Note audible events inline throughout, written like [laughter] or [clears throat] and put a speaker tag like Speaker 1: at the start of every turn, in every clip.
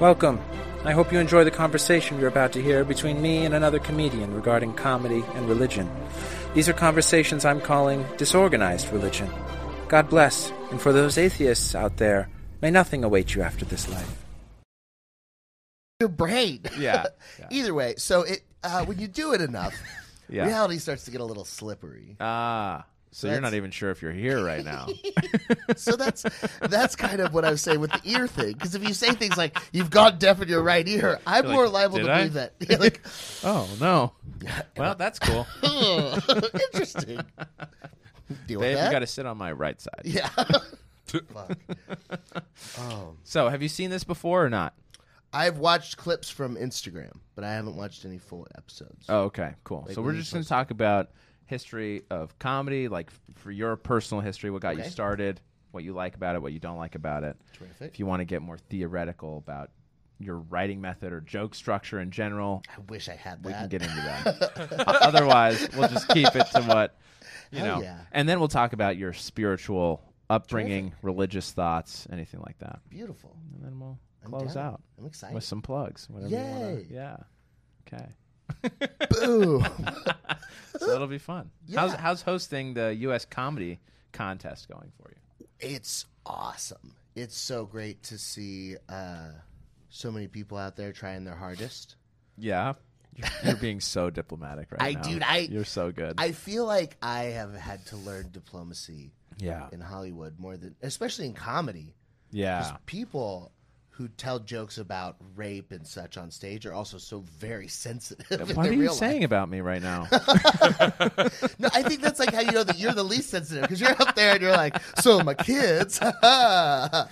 Speaker 1: Welcome. I hope you enjoy the conversation you're about to hear between me and another comedian regarding comedy and religion. These are conversations I'm calling disorganized religion. God bless, and for those atheists out there, may nothing await you after this life.
Speaker 2: your brain.
Speaker 3: [laughs]
Speaker 2: [laughs]
Speaker 3: Yeah, yeah.
Speaker 2: Either way, so it uh, when you do it enough,
Speaker 3: [laughs] Yeah.
Speaker 2: reality starts to get a little slippery.
Speaker 3: Ah, so you're
Speaker 2: That's-
Speaker 3: not even sure if you're here right now.
Speaker 2: [laughs] So that's that's kind of what I was saying with the ear thing. Because if you say things like "you've gone deaf in your right ear," I'm more liable to
Speaker 3: "Did I?"
Speaker 2: believe that. [laughs] You're like,
Speaker 3: oh no. [laughs] Well, that's cool.
Speaker 2: "Huh, "Oh, [laughs]
Speaker 3: [laughs]
Speaker 2: interesting. Deal
Speaker 3: Dave,
Speaker 2: with
Speaker 3: you
Speaker 2: that.
Speaker 3: got to sit on my right
Speaker 2: [laughs]
Speaker 3: side. [laughs]
Speaker 2: yeah. Fuck.
Speaker 3: So, have you seen this before or not?
Speaker 2: I've watched clips from Instagram, but I haven't watched any full episodes.
Speaker 3: Oh, okay, cool. so
Speaker 2: when
Speaker 3: we're
Speaker 2: you
Speaker 3: just going to talk about history of comedy, like f- for your personal history, what got you
Speaker 2: Okay.
Speaker 3: started, what you like about it, what you don't like about it.
Speaker 2: Terrific.
Speaker 3: If you want to get more theoretical about your writing method or joke structure in general,
Speaker 2: I wish I had that.
Speaker 3: we can get into
Speaker 2: [laughs]
Speaker 3: that. O- Otherwise, we'll just keep it to what you
Speaker 2: Hell
Speaker 3: know,
Speaker 2: yeah.
Speaker 3: and then we'll talk about your spiritual upbringing, religious thoughts, anything like that,
Speaker 2: Beautiful.
Speaker 3: and then we'll
Speaker 2: I'm
Speaker 3: close
Speaker 2: down.
Speaker 3: out
Speaker 2: I'm excited.
Speaker 3: with [laughs] some plugs. Whatever you wanna-
Speaker 2: Yay.
Speaker 3: yeah.
Speaker 2: [laughs]
Speaker 3: Okay.
Speaker 2: Ooh.
Speaker 3: So that'll be fun. How's how's hosting the U.S. comedy contest going for you?
Speaker 2: it's awesome. It's so great to see uh, so many people out there trying their hardest.
Speaker 3: Yeah. You're, you're being so diplomatic right
Speaker 2: I-
Speaker 3: now.
Speaker 2: dude, I-
Speaker 3: you're so good.
Speaker 2: I feel like I have had to learn diplomacy
Speaker 3: yeah,
Speaker 2: in Hollywood more than, especially in comedy.
Speaker 3: yeah,
Speaker 2: People who tell jokes about rape and such on stage are also so very [laughs] sensitive. in
Speaker 3: What
Speaker 2: their
Speaker 3: are you
Speaker 2: real life.
Speaker 3: saying about me right
Speaker 2: [laughs]
Speaker 3: now?
Speaker 2: No, I think that's like how you know that you're the least sensitive because you're up there and you're like, so my kids, [laughs] just sober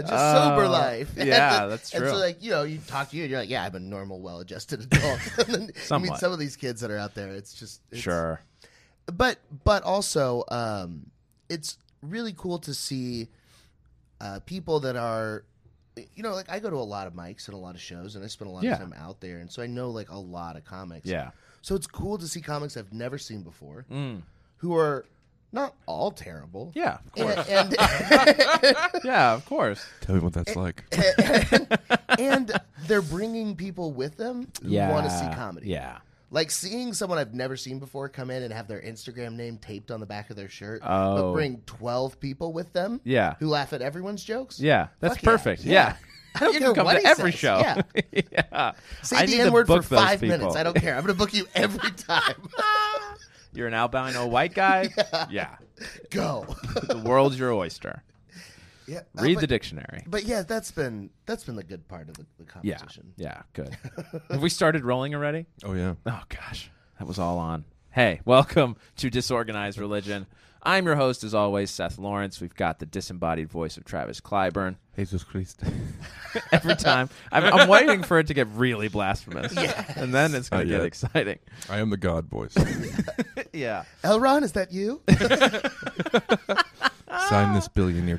Speaker 3: Oh,
Speaker 2: life. [laughs]
Speaker 3: yeah, that's
Speaker 2: And so
Speaker 3: true.
Speaker 2: like you know, you talk to you and you're like, yeah, I'm a normal, well-adjusted adult. [laughs] and then you meet
Speaker 3: Somewhat.
Speaker 2: some of these kids that are out there. It's just it's,
Speaker 3: sure.
Speaker 2: but but also um, it's really cool to see uh, people that are you know like I go to a lot of mics and a lot of shows and I spend a lot
Speaker 3: Yeah.
Speaker 2: of time out there and so I know like a lot of comics.
Speaker 3: Yeah.
Speaker 2: So it's cool to see comics I've never seen before who are not all terrible.
Speaker 3: Mm. Yeah, of course.
Speaker 2: And
Speaker 3: [laughs] yeah, of course.
Speaker 4: Tell me what that's like.
Speaker 2: and, and they're bringing people with them who want to see comedy.
Speaker 3: Yeah.
Speaker 2: Like seeing someone I've never seen before come in and have their Instagram name taped on the back of their shirt, but
Speaker 3: Oh.
Speaker 2: bring 12 people with them
Speaker 3: Yeah.
Speaker 2: who laugh at everyone's jokes.
Speaker 3: Yeah, that's
Speaker 2: Fuck yeah.
Speaker 3: perfect.
Speaker 2: Yeah.
Speaker 3: Yeah.
Speaker 2: don't
Speaker 3: You
Speaker 2: care
Speaker 3: can come
Speaker 2: what
Speaker 3: to
Speaker 2: he
Speaker 3: every
Speaker 2: says.
Speaker 3: show.
Speaker 2: Yeah.
Speaker 3: [laughs] Yeah.
Speaker 2: Say
Speaker 3: I need
Speaker 2: the
Speaker 3: to
Speaker 2: N word for
Speaker 3: book those
Speaker 2: five
Speaker 3: people.
Speaker 2: minutes. I don't care. I'm going to book
Speaker 3: [laughs]
Speaker 2: you every time. [laughs]
Speaker 3: You're an albino white guy? yeah.
Speaker 2: Go.
Speaker 3: [laughs] The world's your oyster.
Speaker 2: yeah, uh,
Speaker 3: Read
Speaker 2: but,
Speaker 3: the dictionary.
Speaker 2: But yeah, that's been that's been the good part of the, the
Speaker 3: Yeah.
Speaker 2: competition.
Speaker 3: Yeah,
Speaker 2: [laughs]
Speaker 3: good. Have we started rolling already?
Speaker 4: Oh yeah.
Speaker 3: Oh gosh. That was all on. Hey, welcome to Disorganized Religion. I'm your host, as always, Seth Lawrence. We've got the disembodied voice of Travis Clyburn.
Speaker 4: Jesus Christ.
Speaker 3: [laughs] Every time, I'm, I'm waiting for it to get really blasphemous, and then it's going
Speaker 4: Not
Speaker 3: to get
Speaker 4: yet.
Speaker 3: exciting.
Speaker 4: [laughs] I am the God
Speaker 2: [laughs]
Speaker 4: voice.
Speaker 3: [laughs] Yeah.
Speaker 2: Elron, is that you?
Speaker 4: Sign this billionaire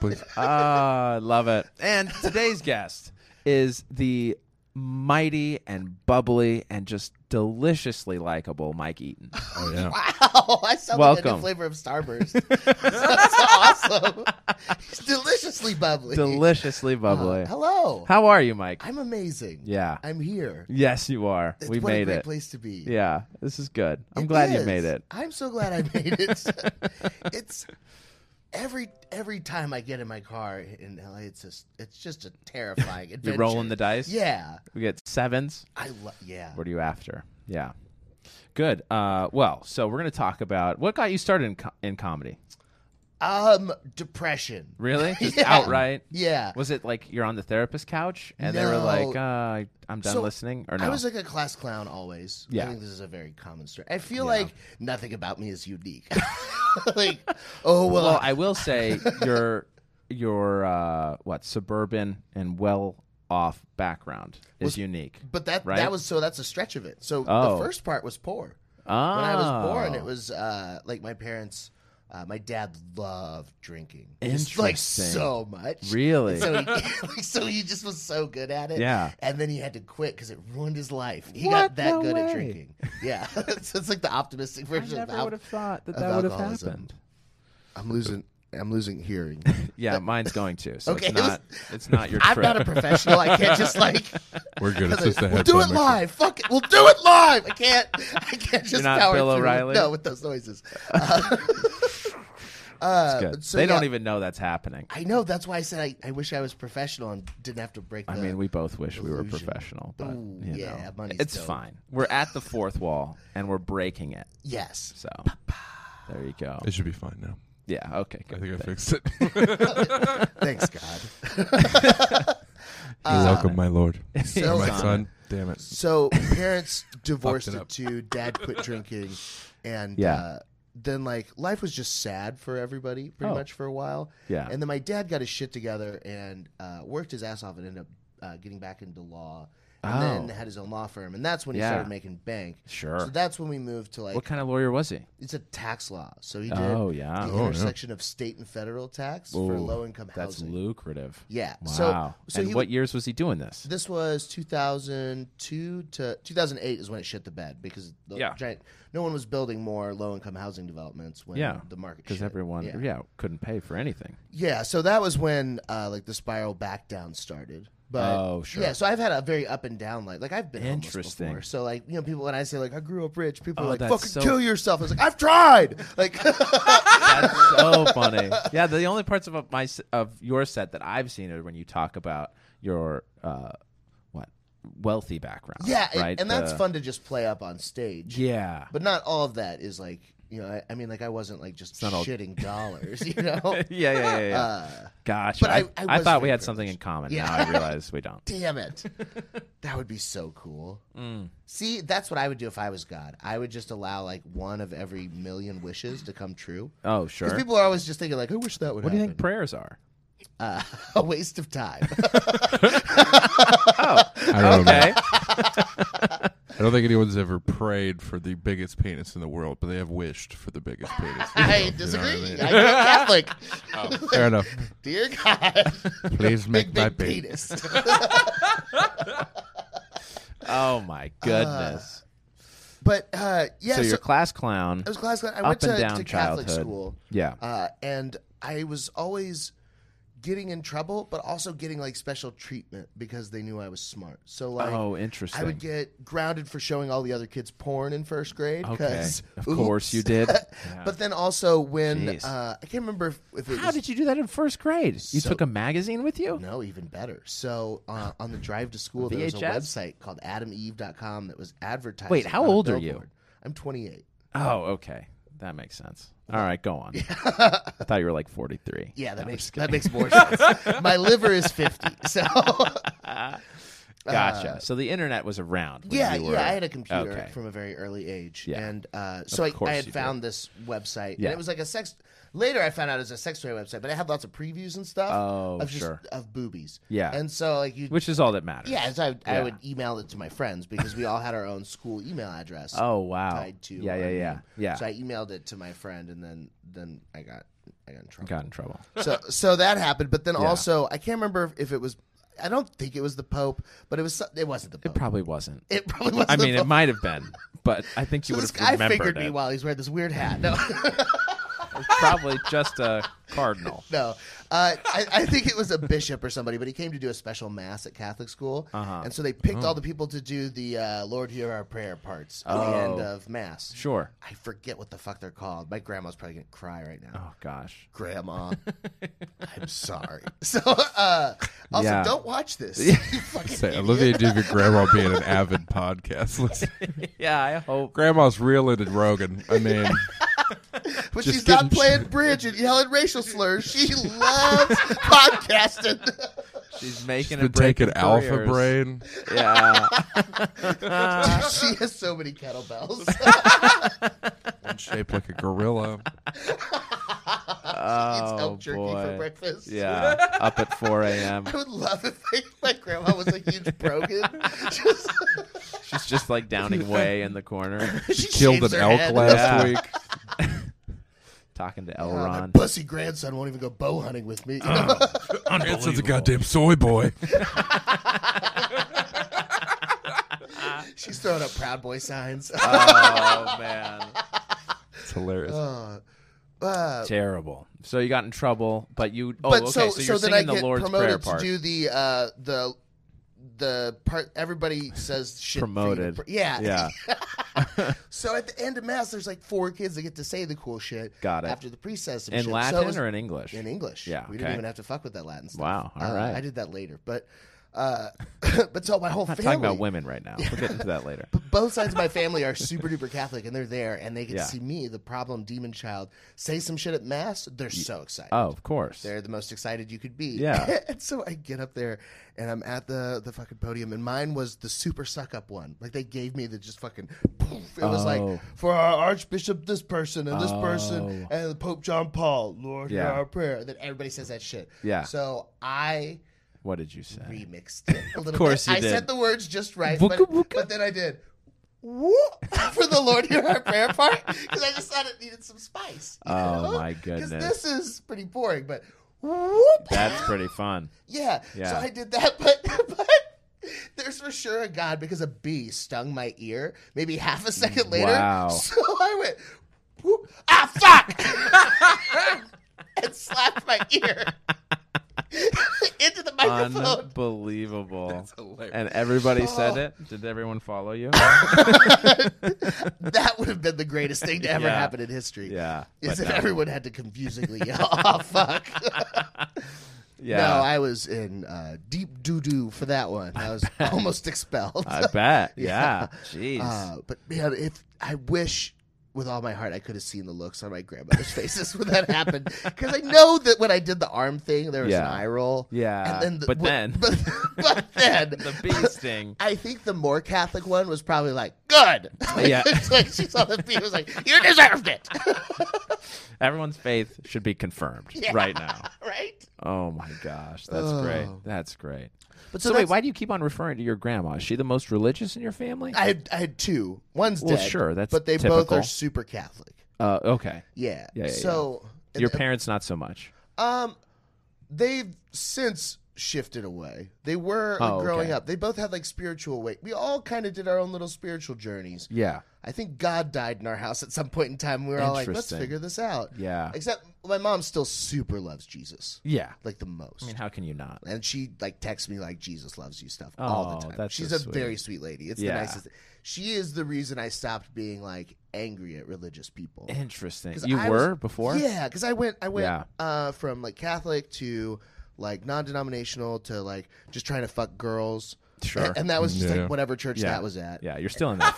Speaker 2: [laughs]
Speaker 4: please.
Speaker 3: Ah, I love it. And today's guest is the mighty and bubbly and just deliciously likable
Speaker 2: [laughs]
Speaker 3: Mike Eaton.
Speaker 4: Oh yeah.
Speaker 2: Wow, I sound like a
Speaker 3: Welcome.
Speaker 2: new flavor of Starburst.
Speaker 3: [laughs]
Speaker 2: That's awesome. It's deliciously bubbly. Uh,
Speaker 3: Deliciously bubbly.
Speaker 2: Hello.
Speaker 3: Oh, How are you, Mike?
Speaker 2: I'm amazing.
Speaker 3: Yeah.
Speaker 2: I'm here.
Speaker 3: Yes, you are.
Speaker 2: It's-
Speaker 3: we
Speaker 2: what a
Speaker 3: made
Speaker 2: great
Speaker 3: it.
Speaker 2: place to be.
Speaker 3: Yeah, this is good. I'm
Speaker 2: It
Speaker 3: glad you
Speaker 2: is.
Speaker 3: made it.
Speaker 2: I'm so glad I made it.
Speaker 3: [laughs]
Speaker 2: [laughs] it's every every time I get in my car in LA, it's just it's just a
Speaker 3: [laughs]
Speaker 2: terrifying adventure.
Speaker 3: You're rolling the dice.
Speaker 2: Yeah.
Speaker 3: We get sevens.
Speaker 2: I love yeah.
Speaker 3: What are you after? Yeah. Good. Uh, well, so we're going to talk about what got you started in, co- in comedy.
Speaker 2: Um depression. [laughs]
Speaker 3: Really? Just
Speaker 2: Yeah.
Speaker 3: outright?
Speaker 2: Yeah.
Speaker 3: Was it like you're on the therapist couch and they were
Speaker 2: No.
Speaker 3: like, uh, I- "I'm done
Speaker 2: So,
Speaker 3: listening," or no?
Speaker 2: I was like a class clown always. I
Speaker 3: Yeah.
Speaker 2: think this is a very common story. I feel like nothing about me is unique. [laughs] like, oh well, [laughs]
Speaker 3: well, I will say your your uh, what suburban and well off background is unique.
Speaker 2: but that
Speaker 3: right?
Speaker 2: that was so that's a stretch of it. So
Speaker 3: Oh.
Speaker 2: the first part was poor. When I was born, it
Speaker 3: Oh.
Speaker 2: was uh, like my parents. Uh, my dad loved drinking, Just, like
Speaker 3: Interesting.
Speaker 2: so much.
Speaker 3: Really?
Speaker 2: And so he, [laughs] like, so he just was so good at it.
Speaker 3: Yeah.
Speaker 2: and then he had to quit because it ruined his life. He
Speaker 3: What?
Speaker 2: got that
Speaker 3: No
Speaker 2: good
Speaker 3: way.
Speaker 2: at drinking. Yeah, [laughs] so it's like the optimistic
Speaker 3: I
Speaker 2: version. of
Speaker 3: never
Speaker 2: al-
Speaker 3: would have thought that
Speaker 2: of
Speaker 3: that would have
Speaker 2: alcoholism.
Speaker 3: happened.
Speaker 2: I'm losing. I'm losing hearing.
Speaker 3: Yeah, mine's going to.
Speaker 2: [laughs]
Speaker 3: So
Speaker 2: Okay.
Speaker 3: it's not. It's not your
Speaker 2: [laughs] I'm
Speaker 3: trip.
Speaker 2: not a professional. I can't just
Speaker 3: [laughs]
Speaker 2: like.
Speaker 4: We're good. It's just a
Speaker 2: we'll do it
Speaker 4: headphone mixer.
Speaker 2: live. Fuck it. We'll do it live. I can't. I can't just
Speaker 3: not
Speaker 2: power
Speaker 3: Bill
Speaker 2: through with-
Speaker 3: O'Reilly?
Speaker 2: No, with those noises. Uh, [laughs] uh,
Speaker 3: It's good.
Speaker 2: so,
Speaker 3: they
Speaker 2: yeah,
Speaker 3: don't even know that's happening.
Speaker 2: I know. That's why I said I, I wish I was professional and didn't have to break. The,
Speaker 3: I mean, we both wish we were
Speaker 2: illusion.
Speaker 3: professional, but
Speaker 2: Ooh,
Speaker 3: you
Speaker 2: yeah,
Speaker 3: know,
Speaker 2: money's
Speaker 3: it's
Speaker 2: dope.
Speaker 3: fine. We're at the fourth wall and we're breaking it.
Speaker 2: yes.
Speaker 3: So there you go.
Speaker 4: It should be fine now.
Speaker 3: Yeah. Okay.
Speaker 4: I
Speaker 3: Good.
Speaker 4: think I
Speaker 3: Thanks.
Speaker 4: fixed
Speaker 2: [laughs]
Speaker 4: it.
Speaker 2: Thanks,
Speaker 3: [laughs]
Speaker 2: God.
Speaker 4: You're welcome, my lord.
Speaker 2: [laughs] So- uh,
Speaker 4: Or my son. Damn it.
Speaker 2: So
Speaker 3: [laughs]
Speaker 2: parents divorced
Speaker 4: Fucked it
Speaker 2: at
Speaker 4: up.
Speaker 2: two. Dad quit drinking, and
Speaker 3: Yeah.
Speaker 2: uh, then like life was just sad for everybody pretty
Speaker 3: Oh.
Speaker 2: much for a while.
Speaker 3: Yeah.
Speaker 2: And then my dad got his shit together and uh, worked his ass off and ended up uh, getting back into law. And then
Speaker 3: Oh.
Speaker 2: had his own law firm, and that's when he
Speaker 3: Yeah.
Speaker 2: started making bank.
Speaker 3: Sure.
Speaker 2: So that's when we moved to like
Speaker 3: what kind of lawyer was he?
Speaker 2: it's a tax law. So he did
Speaker 3: Oh, yeah.
Speaker 2: the
Speaker 4: Oh, yeah.
Speaker 2: intersection of state and federal tax for
Speaker 3: Ooh,
Speaker 2: low income
Speaker 3: That's
Speaker 2: housing.
Speaker 3: lucrative.
Speaker 2: Yeah.
Speaker 3: Wow.
Speaker 2: So so
Speaker 3: and
Speaker 2: he
Speaker 3: what years was he doing this?
Speaker 2: this was 2002 to 2008 is when it shit the bed because the
Speaker 3: Yeah.
Speaker 2: giant no one was building more low income housing developments when
Speaker 3: Yeah,
Speaker 2: the market
Speaker 3: Because
Speaker 2: shit.
Speaker 3: everyone, yeah.
Speaker 2: yeah.
Speaker 3: couldn't pay for
Speaker 2: [laughs]
Speaker 3: anything.
Speaker 2: Yeah, so that was when uh, like the spiral back down started. But
Speaker 3: Oh, sure.
Speaker 2: Yeah, so I've had a very up and down life. Like I've been homeless
Speaker 3: Interesting.
Speaker 2: before. So like you know people when I say like I grew up rich, people
Speaker 3: Oh,
Speaker 2: are like
Speaker 3: that's
Speaker 2: fucking
Speaker 3: so-
Speaker 2: kill yourself. I was like I've tried. [laughs] Like
Speaker 3: That's so funny. Yeah, the only parts of my s- of your set that I've seen are when you talk about your uh, what wealthy background.
Speaker 2: yeah, and-
Speaker 3: right?
Speaker 2: and, that's
Speaker 3: The-
Speaker 2: fun to just play up on stage.
Speaker 3: Yeah,
Speaker 2: But not all of that is like you know I, I mean like I wasn't like just
Speaker 3: not all-
Speaker 2: shitting dollars. [laughs] You know.
Speaker 3: [laughs] yeah, yeah, yeah.
Speaker 2: [laughs]
Speaker 3: yeah.
Speaker 2: Uh,
Speaker 3: Gosh,
Speaker 2: but
Speaker 3: I,
Speaker 2: I- I
Speaker 3: I
Speaker 2: was
Speaker 3: thought we
Speaker 2: very
Speaker 3: had something in
Speaker 2: privileged.
Speaker 3: common.
Speaker 2: Yeah.
Speaker 3: Now I realize we
Speaker 2: [laughs]
Speaker 3: don't.
Speaker 2: damn
Speaker 3: [laughs]
Speaker 2: it. that would be so cool.
Speaker 3: Mm.
Speaker 2: See, that's what I would do if I was God. I would just allow like one of every million wishes to come true.
Speaker 3: Oh, sure.
Speaker 2: Because people are always just thinking like, I wish that would
Speaker 3: what do
Speaker 2: happen.
Speaker 3: you think prayers are?
Speaker 2: Uh, [laughs] a waste of
Speaker 3: [laughs]
Speaker 2: time.
Speaker 4: I don't know.
Speaker 3: Okay.
Speaker 4: I don't think anyone's ever prayed for the biggest penis in the world, but they have wished for the biggest penis. in the world, you
Speaker 2: [laughs] I
Speaker 4: know what
Speaker 2: disagree.
Speaker 4: mean?
Speaker 2: I
Speaker 3: [laughs]
Speaker 2: am Catholic.
Speaker 3: Oh.
Speaker 4: Fair enough.
Speaker 2: [laughs] Dear God, [laughs]
Speaker 4: Please
Speaker 2: big
Speaker 4: make my
Speaker 2: big
Speaker 4: penis.
Speaker 2: penis.
Speaker 3: [laughs]
Speaker 2: [laughs]
Speaker 3: oh my goodness.
Speaker 2: but uh, yeah,
Speaker 3: so,
Speaker 2: so,
Speaker 3: your class clown.
Speaker 2: I was class. I
Speaker 3: up
Speaker 2: went to,
Speaker 3: and down
Speaker 2: to Catholic
Speaker 3: childhood.
Speaker 2: school.
Speaker 3: Yeah.
Speaker 2: uh, and I was always getting in trouble, but also getting like special treatment because they knew I was smart. So like,
Speaker 3: oh, interesting.
Speaker 2: I would get grounded for showing all the other kids porn in first grade.
Speaker 3: okay.
Speaker 2: 'cause- [laughs]
Speaker 3: Of
Speaker 2: oops.
Speaker 3: course you did. Yeah.
Speaker 2: But then also when
Speaker 3: Jeez.
Speaker 2: uh, I can't remember if, if it
Speaker 3: How
Speaker 2: was
Speaker 3: did you do that in first grade? You
Speaker 2: So-
Speaker 3: took a magazine with you?
Speaker 2: no, even better. So uh, on the drive to school, there was a
Speaker 3: VHS?
Speaker 2: website called AdamEve.com that was advertising.
Speaker 3: Wait, how
Speaker 2: on a
Speaker 3: old are you?
Speaker 2: billboard. I'm 28.
Speaker 3: Oh, okay. That makes sense. All right, go on. I thought you were like 43.
Speaker 2: Uh-huh. Yeah, that
Speaker 3: No, I'm
Speaker 2: makes
Speaker 3: just
Speaker 2: that
Speaker 3: kidding.
Speaker 2: makes more sense.
Speaker 3: [laughs]
Speaker 2: My liver is 50, so
Speaker 3: Gotcha. so the internet was around. when
Speaker 2: Uh, [laughs] Yeah,
Speaker 3: you were-
Speaker 2: yeah. I had a computer
Speaker 3: Okay.
Speaker 2: from a very early age,
Speaker 3: Yeah.
Speaker 2: and uh, so I,
Speaker 3: course
Speaker 2: I
Speaker 3: you
Speaker 2: had
Speaker 3: did.
Speaker 2: found this website,
Speaker 3: Yeah.
Speaker 2: and it was like a sex. Later, I found out it was a sex toy website, but it had lots of previews and stuff.
Speaker 3: Oh,
Speaker 2: of just,
Speaker 3: sure.
Speaker 2: of boobies.
Speaker 3: Yeah.
Speaker 2: and so like you,
Speaker 3: Which is all that matters.
Speaker 2: yeah, so I, I
Speaker 3: Yeah.
Speaker 2: would email it to my friends because we all had our own school email address.
Speaker 3: Oh, wow.
Speaker 2: tied to
Speaker 3: yeah,
Speaker 2: our
Speaker 3: yeah, yeah.
Speaker 2: name.
Speaker 3: Yeah.
Speaker 2: So I emailed it to my friend, and then then I got I got in trouble.
Speaker 3: Got in trouble.
Speaker 2: So so that happened, but then also I can't remember if it was. I don't think it was the Pope, but it was. so- It wasn't the Pope. It probably,
Speaker 3: Probably wasn't.
Speaker 2: wasn't.
Speaker 3: I
Speaker 2: the [laughs]
Speaker 3: mean,
Speaker 2: Pope.
Speaker 3: it might have been, but I think you
Speaker 2: So
Speaker 3: would
Speaker 2: this
Speaker 3: have
Speaker 2: guy
Speaker 3: remembered
Speaker 2: figured
Speaker 3: it.
Speaker 2: me while he's wearing this weird hat. No, [laughs]
Speaker 3: Probably just a cardinal.
Speaker 2: no. Uh, I, I think it was a bishop or somebody, but he came to do a special mass at Catholic school,
Speaker 3: Uh-huh.
Speaker 2: and so they
Speaker 3: Oh.
Speaker 2: picked all the people to do the uh, "Lord, hear our prayer" parts at the end
Speaker 3: Oh.
Speaker 2: of mass.
Speaker 3: Sure.
Speaker 2: I forget what the fuck they're called. My grandma's probably gonna cry right now.
Speaker 3: [laughs] Oh gosh. [laughs]
Speaker 2: Grandma, I'm sorry. So, uh, also,
Speaker 3: Yeah.
Speaker 2: don't watch this. [laughs] You fucking
Speaker 4: Say, I
Speaker 2: idiot.
Speaker 4: love the idea of your grandma being an avid podcast [laughs] listener.
Speaker 3: Yeah, I hope.
Speaker 4: Grandma's real into Rogan.
Speaker 2: [laughs]
Speaker 4: I mean,
Speaker 2: But
Speaker 4: Just
Speaker 2: she's not
Speaker 4: kidding.
Speaker 2: playing bridge and yelling racial slurs. She loves podcasting.
Speaker 3: She's making
Speaker 4: to
Speaker 3: a break
Speaker 4: take an
Speaker 3: in
Speaker 4: alpha
Speaker 3: careers.
Speaker 4: brain.
Speaker 3: [laughs]
Speaker 2: [laughs]
Speaker 3: Yeah. Uh,
Speaker 2: she has so many kettlebells. [laughs]
Speaker 4: One shaped like a gorilla.
Speaker 2: eats
Speaker 3: oh
Speaker 2: elk jerky for
Speaker 3: boy.
Speaker 2: breakfast.
Speaker 3: Yeah. Up at 4 a.m.
Speaker 2: I would love if they, my grandma was a huge
Speaker 3: [laughs]
Speaker 2: broken. Just,
Speaker 3: She's just
Speaker 2: [laughs]
Speaker 3: like downing way in the corner,
Speaker 2: she
Speaker 4: Killed
Speaker 2: shaves
Speaker 4: an
Speaker 2: her
Speaker 4: elk
Speaker 2: head.
Speaker 4: last
Speaker 3: Yeah.
Speaker 4: week.
Speaker 3: talking
Speaker 2: [laughs]
Speaker 3: to
Speaker 2: Oh, [laughs] my
Speaker 3: Elrond.
Speaker 2: pussy grandson won't even go bow hunting with me.
Speaker 3: Uh.
Speaker 4: Anson's a goddamn soy boy.
Speaker 2: [laughs]
Speaker 4: [laughs]
Speaker 2: She's throwing up Proud Boy signs.
Speaker 3: oh man.
Speaker 4: It's hilarious.
Speaker 2: [laughs] Uh,
Speaker 3: Terrible. So you got in trouble, but you. Oh,
Speaker 2: but
Speaker 3: okay.
Speaker 2: so
Speaker 3: So, you're
Speaker 2: then
Speaker 3: singing
Speaker 2: I get
Speaker 3: the Lord's Prayer
Speaker 2: promoted
Speaker 3: part.
Speaker 2: to do the uh, the the part. Everybody says shit. for you to
Speaker 3: Promoted.
Speaker 2: pr- yeah, [laughs]
Speaker 3: yeah.
Speaker 2: So at the end of mass, there's like four kids that get to say the cool shit.
Speaker 3: Got it.
Speaker 2: After the priest says some
Speaker 3: In
Speaker 2: shit. So
Speaker 3: Latin
Speaker 2: it was-
Speaker 3: or in English?
Speaker 2: in English.
Speaker 3: Yeah,
Speaker 2: we didn't
Speaker 3: okay.
Speaker 2: even have to fuck with that Latin stuff.
Speaker 3: Wow, all
Speaker 2: Uh,
Speaker 3: right.
Speaker 2: I did that later, but uh, [laughs] but so my whole
Speaker 3: Not
Speaker 2: family.
Speaker 3: talking about women right now. We'll get into that later.
Speaker 2: But both sides of
Speaker 3: [laughs]
Speaker 2: my family are super duper Catholic, and they're there, and they get
Speaker 3: Yeah.
Speaker 2: to see me, the problem demon child, say some shit at mass. They're so excited.
Speaker 3: Oh, of course.
Speaker 2: They're the most excited you could be.
Speaker 3: Yeah.
Speaker 2: [laughs] and so I get up there and I'm at the the fucking podium and mine was the super suck up one. Like they gave me the just fucking poof. It was
Speaker 3: Oh. Oh.
Speaker 2: like for our archbishop this person and this person and Pope John Paul, Lord hear
Speaker 3: Yeah.
Speaker 2: our prayer. And then everybody says that shit.
Speaker 3: Yeah.
Speaker 2: So I
Speaker 3: What did you say?
Speaker 2: remixed it a little
Speaker 3: course
Speaker 2: bit.
Speaker 3: you
Speaker 2: I
Speaker 3: did.
Speaker 2: said the words just right,
Speaker 3: Wooka
Speaker 2: but,
Speaker 3: wooka.
Speaker 2: but then I did whoop [laughs] for the Lord hear our prayer part because I just thought it needed some spice. you
Speaker 3: Oh,
Speaker 2: know?
Speaker 3: my
Speaker 2: 'Cause
Speaker 3: goodness.
Speaker 2: this is pretty boring, but whoop.
Speaker 3: That's pretty
Speaker 2: [laughs]
Speaker 3: fun.
Speaker 2: [gasps] Yeah.
Speaker 3: Yeah.
Speaker 2: So I did that, [laughs] but but there's for sure a god because a bee stung my ear maybe half a second later.
Speaker 3: Wow.
Speaker 2: [laughs] So I went, whoop, ah
Speaker 3: [laughs]
Speaker 2: fuck, [laughs] and slapped my ear [laughs] into the microphone.
Speaker 3: Unbelievable.
Speaker 4: hilarious.
Speaker 3: And everybody said it. Did everyone follow
Speaker 2: [laughs]
Speaker 3: you?
Speaker 2: that would have been the greatest thing to ever
Speaker 3: Yeah.
Speaker 2: happen in history.
Speaker 3: Yeah.
Speaker 2: Is
Speaker 3: But
Speaker 2: if
Speaker 3: no.
Speaker 2: everyone had to confusingly yell,
Speaker 3: [laughs]
Speaker 2: oh, fuck.
Speaker 3: [laughs] Yeah.
Speaker 2: No, I was in uh, deep doo doo for that one. I
Speaker 3: [laughs]
Speaker 2: was almost expelled.
Speaker 3: I bet. Yeah. Jeez.
Speaker 2: [laughs] Uh, but man, if I wish with all my heart I could have seen the looks on my grandmother's [laughs] faces when that happened, because I know that when I did the arm thing, there was
Speaker 3: Yeah.
Speaker 2: an eye roll.
Speaker 3: Yeah,
Speaker 2: and then the,
Speaker 3: but
Speaker 2: what-
Speaker 3: then.
Speaker 2: [laughs] but, but then
Speaker 3: [laughs] the
Speaker 2: [laughs]
Speaker 3: bee sting.
Speaker 2: I think the more Catholic one was probably like, "Good."
Speaker 3: [laughs] Yeah.
Speaker 2: It's [laughs] like she saw the bee was like, "You deserved it." [laughs]
Speaker 3: Everyone's faith should be confirmed
Speaker 2: Yeah.
Speaker 3: right now.
Speaker 2: right?
Speaker 3: Oh my gosh, that's great.
Speaker 2: Oh.
Speaker 3: That's great.
Speaker 2: But
Speaker 3: So,
Speaker 2: so
Speaker 3: wait,
Speaker 2: that's-
Speaker 3: why do you keep on referring to your grandma? Is she the most religious in your family?
Speaker 2: I had I had two. One's
Speaker 3: Well,
Speaker 2: dead.
Speaker 3: sure, that's
Speaker 2: but they both
Speaker 3: typical.
Speaker 2: are super Catholic.
Speaker 3: uh, okay.
Speaker 2: Yeah.
Speaker 3: Yeah, yeah,
Speaker 2: so and
Speaker 3: Your parents not so much.
Speaker 2: Um, they've since shifted away. They were like,
Speaker 3: Oh, okay.
Speaker 2: growing up. They both had like spiritual weight. We all kind of did our own little spiritual journeys.
Speaker 3: Yeah.
Speaker 2: I think God died in our house at some point in time. We were all like, let's
Speaker 3: Interesting.
Speaker 2: figure this out.
Speaker 3: Yeah.
Speaker 2: Except my mom still super loves Jesus,
Speaker 3: Yeah.
Speaker 2: like the most.
Speaker 3: I mean, how can you not?
Speaker 2: and she like texts me like Jesus loves you stuff all the
Speaker 3: Oh,
Speaker 2: time.
Speaker 3: that's
Speaker 2: She's
Speaker 3: so
Speaker 2: a very sweet lady. It's
Speaker 3: Yeah.
Speaker 2: the nicest. She is the reason I stopped being like angry at religious people.
Speaker 3: Interesting.
Speaker 2: 'Cause
Speaker 3: You
Speaker 2: I
Speaker 3: were
Speaker 2: was-
Speaker 3: before?
Speaker 2: Yeah, because I went, I went
Speaker 3: Yeah.
Speaker 2: uh, from like Catholic to like non-denominational to like just trying to fuck girls.
Speaker 3: Sure.
Speaker 2: And, and that was just
Speaker 4: Yeah.
Speaker 2: like whatever church
Speaker 3: Yeah.
Speaker 2: that was [laughs] at.
Speaker 3: Yeah, you're still in that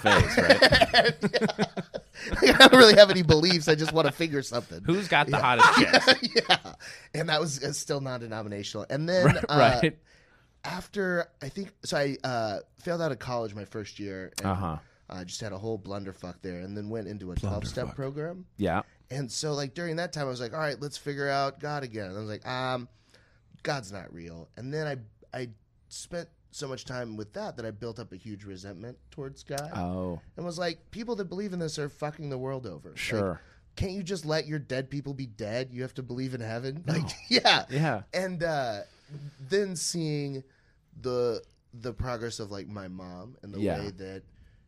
Speaker 2: [laughs]
Speaker 3: phase, right?
Speaker 2: I don't really have any beliefs. I just want to figure something.
Speaker 3: Who's got the
Speaker 2: [laughs]
Speaker 3: hottest chick?
Speaker 2: yeah, and that was uh, still non-denominational. And then uh,
Speaker 3: [laughs] right?
Speaker 2: after I think so, I uh, failed out of college my first year. and,
Speaker 3: Uh-huh.
Speaker 2: Uh, just had a whole blunderfuck there, and then went into a twelve-step program.
Speaker 3: Yeah.
Speaker 2: And so, like during that time, I was like, "All right, let's figure out God again." And I was like, "Um, God's not real." And then I I spent so much time with that that I built up a huge resentment towards God,
Speaker 3: Oh,
Speaker 2: and was like, "People that believe in this are fucking the world over." Like,
Speaker 3: sure.
Speaker 2: can't you just let your dead people be dead? You have to believe in heaven. Like, [laughs] yeah,
Speaker 3: Yeah.
Speaker 2: And uh, then seeing the the progress of like my mom and the
Speaker 3: Yeah.
Speaker 2: way that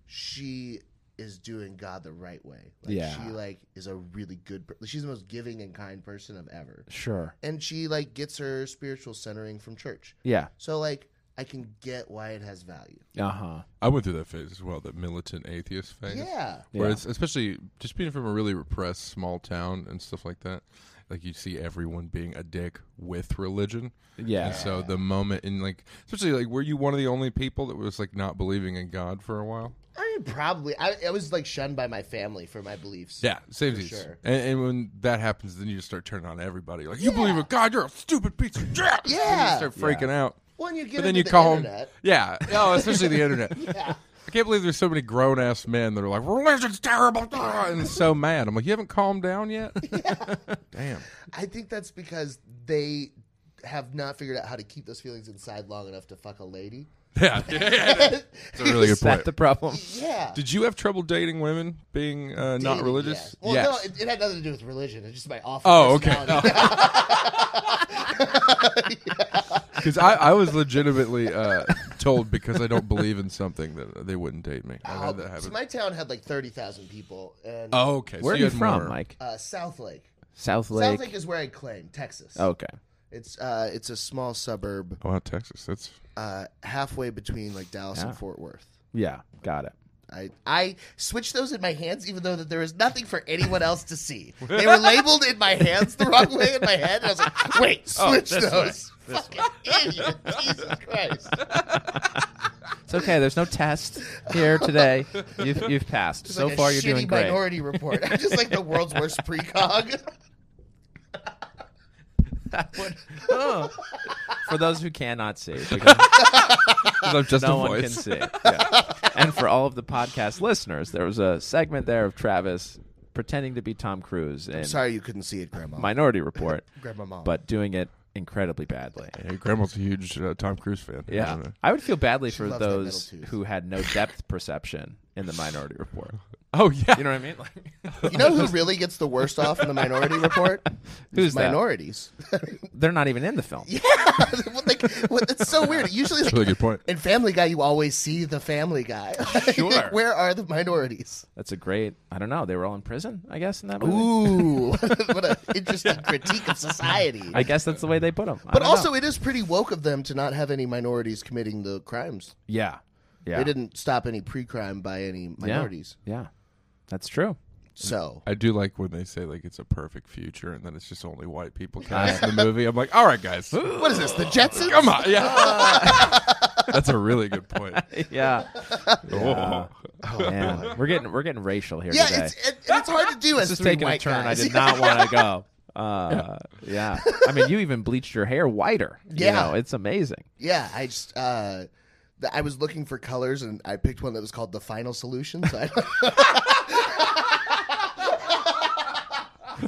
Speaker 2: she is doing God the right way. Like,
Speaker 3: Yeah.
Speaker 2: she like is a really good. Per- she's the most giving and kind person I've ever.
Speaker 3: Sure.
Speaker 2: And she like gets her spiritual centering from church.
Speaker 3: Yeah.
Speaker 2: So like I can get why it has value.
Speaker 3: Uh-huh.
Speaker 4: I went through that phase as well, that militant atheist phase.
Speaker 2: Yeah.
Speaker 4: Where
Speaker 3: Yeah.
Speaker 4: it's especially just being from a really repressed small town and stuff like that. Like you see everyone being a dick with religion.
Speaker 3: Yeah.
Speaker 4: And so the moment in like especially like were you one of the only people that was like not believing in God for a while?
Speaker 2: I mean, probably I, I was like shunned by my family for my beliefs.
Speaker 4: Yeah, same thing.
Speaker 2: sure.
Speaker 4: And, and when that happens, then you just start turning on everybody. Like you believe in God, you're a stupid piece of shit. Yeah, you
Speaker 2: Yeah.
Speaker 4: start freaking out.
Speaker 2: When you get
Speaker 4: But then
Speaker 2: into
Speaker 4: you
Speaker 2: the
Speaker 4: call
Speaker 2: internet,
Speaker 4: them. Yeah, no,
Speaker 2: [laughs]
Speaker 4: especially the internet. I can't believe there's so many grown ass men that are like religion's terrible and so mad. I'm like, you haven't calmed down
Speaker 2: [laughs]
Speaker 4: yet. Damn.
Speaker 2: I think that's because they have not figured out how to keep those feelings inside long enough to fuck a lady.
Speaker 4: [laughs] Yeah, it's a really good
Speaker 3: Is that
Speaker 4: point.
Speaker 3: the problem?
Speaker 2: Yeah.
Speaker 4: Did you have trouble dating women, being uh, not
Speaker 2: Dating,
Speaker 4: religious?
Speaker 2: yeah. Well,
Speaker 4: Yes.
Speaker 2: no, it, it had nothing to do with religion. It's just my awful.
Speaker 4: [laughs] Oh, okay.
Speaker 2: personality.
Speaker 4: Because I, I was legitimately uh, told because I don't believe in something that they wouldn't date me. I've had that
Speaker 2: so
Speaker 4: happen.
Speaker 2: my town had like 30,000 people. And
Speaker 4: oh, okay.
Speaker 3: Where are
Speaker 4: so you
Speaker 3: you
Speaker 4: had
Speaker 3: from,
Speaker 4: more.
Speaker 3: Mike?
Speaker 2: uh, South Lake.
Speaker 3: South Lake. Oh.
Speaker 2: Sounds like is where I claim Texas.
Speaker 3: okay.
Speaker 2: It's uh, it's a small suburb,
Speaker 4: Oh, wow, Texas. That's
Speaker 2: uh, halfway between like Dallas and Fort Worth.
Speaker 3: Yeah, got it.
Speaker 2: I I switched those in my hands, even though that there was nothing for anyone else to
Speaker 3: [laughs]
Speaker 2: see. They were labeled in my hands the wrong way in my head, and I was
Speaker 3: [laughs]
Speaker 2: like, "Wait,
Speaker 3: Oh,
Speaker 2: switch those." Fucking idiot! Jesus Christ!
Speaker 3: It's okay. There's
Speaker 2: [laughs]
Speaker 3: no test here today. You've you've passed.
Speaker 2: It's
Speaker 3: so
Speaker 2: like a
Speaker 3: far, you're
Speaker 2: shitty
Speaker 3: doing great.
Speaker 2: Minority Report. I'm just like the world's
Speaker 3: [laughs]
Speaker 2: worst precog.
Speaker 3: Oh. For those who cannot
Speaker 2: [laughs]
Speaker 3: see, because
Speaker 4: I'm
Speaker 3: [laughs]
Speaker 4: just
Speaker 3: no
Speaker 4: a
Speaker 3: one can
Speaker 4: voice.
Speaker 3: see. Yeah. And for all of the podcast listeners, there was a segment there of Travis pretending to be Tom Cruise in
Speaker 2: Sorry you couldn't see it, Grandma.
Speaker 3: Minority
Speaker 2: [laughs]
Speaker 3: Report,
Speaker 2: Grandma Mom.
Speaker 3: but doing it incredibly badly.
Speaker 4: Yeah, your grandma's a huge uh, Tom Cruise fan. I
Speaker 3: Yeah,
Speaker 4: don't know.
Speaker 3: I would feel badly for
Speaker 2: loves that middle
Speaker 3: those
Speaker 2: tooth.
Speaker 3: who had no depth [laughs] perception in the Minority Report.
Speaker 4: Oh yeah.
Speaker 3: [laughs] You know what I mean? Like, [laughs]
Speaker 2: you know who really gets the worst off in the Minority Report?
Speaker 3: Who's that?
Speaker 2: minorities? [laughs]
Speaker 3: they're not even in the film.
Speaker 2: yeah, well, like, well, it's so weird. Usually, like,
Speaker 4: That's a really good point.
Speaker 2: In Family Guy, you always see the Family Guy. [laughs]
Speaker 3: Sure.
Speaker 2: Like, Where are the minorities?
Speaker 3: That's a great. I don't know. They were all in prison, I guess, in that movie.
Speaker 2: Ooh, [laughs] what an
Speaker 3: [laughs]
Speaker 2: interesting critique of society.
Speaker 3: I guess that's the way they put them.
Speaker 2: but also, it is pretty woke of them to not have any minorities committing the crimes.
Speaker 3: yeah, yeah,
Speaker 2: They didn't stop any pre-crime by any minorities.
Speaker 3: Yeah, Mm. yeah. that's true.
Speaker 2: So
Speaker 4: I do like when they say like it's a perfect future, and then it's just only white people cast in the movie. I'm like, all right, guys, [laughs] come
Speaker 2: what is this? The Jetsons?
Speaker 4: on, yeah.
Speaker 2: [laughs]
Speaker 4: That's a really good point.
Speaker 3: Yeah,
Speaker 4: Oh.
Speaker 3: man, we're getting we're getting racial here
Speaker 2: Yeah,
Speaker 3: today.
Speaker 2: it's, it, it's hard to do as
Speaker 3: this is
Speaker 2: three
Speaker 3: taking a
Speaker 2: white
Speaker 3: turn
Speaker 2: guys. [laughs]
Speaker 3: I did not want to go. Uh, yeah. I mean, you even bleached your hair whiter.
Speaker 2: Yeah.
Speaker 3: you know,
Speaker 2: [laughs]
Speaker 3: it's amazing.
Speaker 2: Yeah, I just uh, th- I was looking for colors and I picked one that was called the Final Solution. So I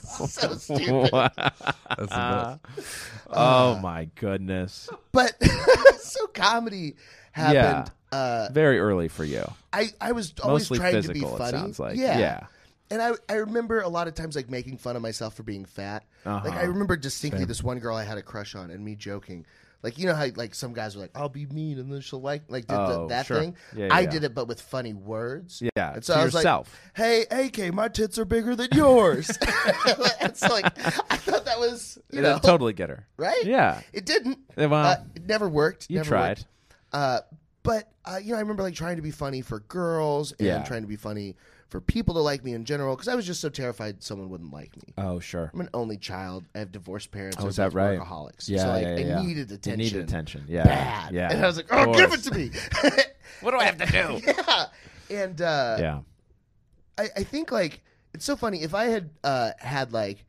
Speaker 2: [laughs] so
Speaker 3: [laughs]
Speaker 2: stupid.
Speaker 4: That's the
Speaker 2: Uh,
Speaker 4: best.
Speaker 3: oh my goodness,
Speaker 2: But [laughs] so comedy happened. Uh,
Speaker 3: very early for you.
Speaker 2: I I was always
Speaker 3: Mostly
Speaker 2: trying to be
Speaker 3: physical, it
Speaker 2: funny.
Speaker 3: sounds like.
Speaker 2: yeah.
Speaker 3: Yeah.
Speaker 2: And I, I remember a lot of times like making fun of myself for being fat. Like
Speaker 3: Uh-huh.
Speaker 2: I remember distinctly this one girl I had a crush on and me joking. Like you know how like some guys were like I'll be mean and then she'll like like did the-
Speaker 3: Oh,
Speaker 2: that
Speaker 3: sure.
Speaker 2: thing.
Speaker 3: Yeah, yeah,
Speaker 2: I
Speaker 3: yeah.
Speaker 2: did it but with funny words.
Speaker 3: Yeah,
Speaker 2: And
Speaker 3: to
Speaker 2: so I was
Speaker 3: yourself.
Speaker 2: like, "Hey, AK, my tits are bigger than
Speaker 3: [laughs]
Speaker 2: yours." [laughs] it's like I thought that was you know
Speaker 3: I totally get her.
Speaker 2: right.
Speaker 3: Yeah.
Speaker 2: it didn't.
Speaker 3: Yeah, well,
Speaker 2: uh, it never worked.
Speaker 3: You
Speaker 2: never
Speaker 3: tried.
Speaker 2: worked. Uh, but uh, you know, I remember like trying to be funny for girls and
Speaker 3: Yeah.
Speaker 2: trying to be funny for people to like me in general because I was just so terrified someone wouldn't like me.
Speaker 3: Oh, sure.
Speaker 2: I'm an only child. I have divorced parents.
Speaker 3: Oh,
Speaker 2: They're
Speaker 3: is that
Speaker 2: both
Speaker 3: right?
Speaker 2: Workaholics.
Speaker 3: Yeah,
Speaker 2: so like
Speaker 3: yeah,
Speaker 2: I
Speaker 3: yeah.
Speaker 2: needed
Speaker 3: You
Speaker 2: attention.
Speaker 3: needed attention, yeah,
Speaker 2: bad.
Speaker 3: yeah,
Speaker 2: and I was like,
Speaker 3: of
Speaker 2: oh, give it
Speaker 3: course.
Speaker 2: to me.
Speaker 3: [laughs] What do I have to do?
Speaker 2: [laughs] yeah, and uh,
Speaker 3: yeah.
Speaker 2: I, I think like it's so funny. If I had uh, had like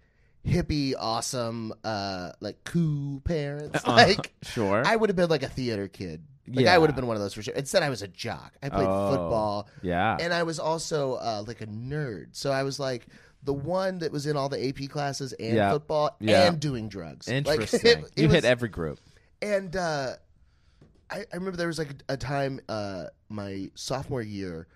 Speaker 2: hippie, awesome, uh, like cool parents,
Speaker 3: Uh-huh.
Speaker 2: like
Speaker 3: Sure.
Speaker 2: I would have been like a theater kid. Like I
Speaker 3: Yeah.
Speaker 2: would have been one of those for sure. Instead, I was a jock. I played
Speaker 3: Oh,
Speaker 2: football.
Speaker 3: yeah.
Speaker 2: and I was also uh, like a nerd. So I was like. The one that was in all the AP classes and
Speaker 3: Yeah.
Speaker 2: football
Speaker 3: Yeah.
Speaker 2: and doing drugs. Like, [laughs]
Speaker 3: Interesting.
Speaker 2: it- it
Speaker 3: you
Speaker 2: was-
Speaker 3: hit every group.
Speaker 2: and uh, I, I remember there was like a, a time uh, my sophomore year,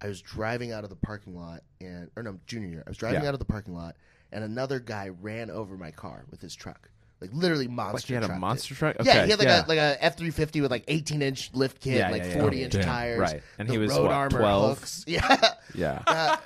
Speaker 2: I was driving out of the parking lot, and or no, junior year, I was driving
Speaker 3: Yeah.
Speaker 2: out of the parking lot, and another guy ran over my car with his truck, like literally monster.
Speaker 3: he had a
Speaker 2: trucked it.
Speaker 3: monster truck?
Speaker 2: yeah,
Speaker 3: Okay,
Speaker 2: he had like
Speaker 3: yeah.
Speaker 2: a like a F three fifty with like eighteen inch lift kit,
Speaker 3: Yeah,
Speaker 2: like
Speaker 3: yeah, yeah.
Speaker 2: forty
Speaker 3: Oh,
Speaker 2: inch
Speaker 4: damn.
Speaker 2: tires,
Speaker 3: Right. And he
Speaker 2: the
Speaker 3: was,
Speaker 2: road
Speaker 3: what,
Speaker 2: armor
Speaker 3: 12?
Speaker 2: hooks, [laughs] yeah.
Speaker 3: Yeah.
Speaker 2: Uh,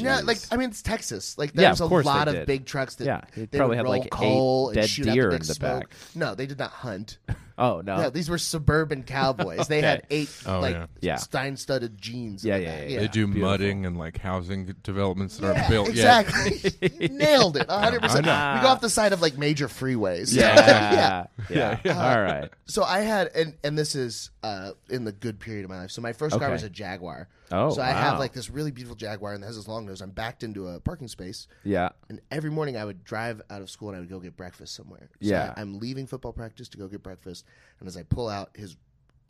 Speaker 2: no,
Speaker 3: Jeez.
Speaker 2: like I mean, it's Texas. Like
Speaker 3: Yeah,
Speaker 2: there's
Speaker 3: of
Speaker 2: a
Speaker 3: course they
Speaker 2: lot of
Speaker 3: did.
Speaker 2: big trucks that
Speaker 3: Yeah, he
Speaker 2: they would
Speaker 3: probably had,
Speaker 2: roll
Speaker 3: like, eight
Speaker 2: coal and
Speaker 3: dead
Speaker 2: shoot out
Speaker 3: deer
Speaker 2: the big
Speaker 3: in the
Speaker 2: smoke.
Speaker 3: back.
Speaker 2: No, they did not hunt.
Speaker 3: oh no.
Speaker 2: No, these were suburban cowboys. They
Speaker 3: [laughs]
Speaker 2: had eight
Speaker 4: Oh,
Speaker 2: like
Speaker 4: yeah.
Speaker 3: Yeah.
Speaker 2: Stein-studded jeans. in
Speaker 3: Yeah,
Speaker 2: the
Speaker 3: yeah,
Speaker 2: back.
Speaker 3: yeah,
Speaker 4: They do mudding and like housing developments that
Speaker 2: Yeah,
Speaker 4: aren't built yet.
Speaker 2: exactly.
Speaker 3: [laughs]
Speaker 2: You Nailed it. 100. percent We go
Speaker 3: I know.
Speaker 2: off the side of like major freeways.
Speaker 3: yeah. yeah. All right.
Speaker 2: [laughs] So I had, and and this is uh, in the good period of my life. So my first car
Speaker 3: Okay.
Speaker 2: was a Jaguar.
Speaker 3: Oh,
Speaker 2: So I have
Speaker 3: wow.
Speaker 2: like this really beautiful Jaguar, and it has this long nose. I'm backed into a parking space.
Speaker 3: Yeah.
Speaker 2: And every morning I would drive out of school and I would go get breakfast somewhere. So
Speaker 3: Yeah.
Speaker 2: I, am leaving football practice to go get breakfast. And as I pull out, his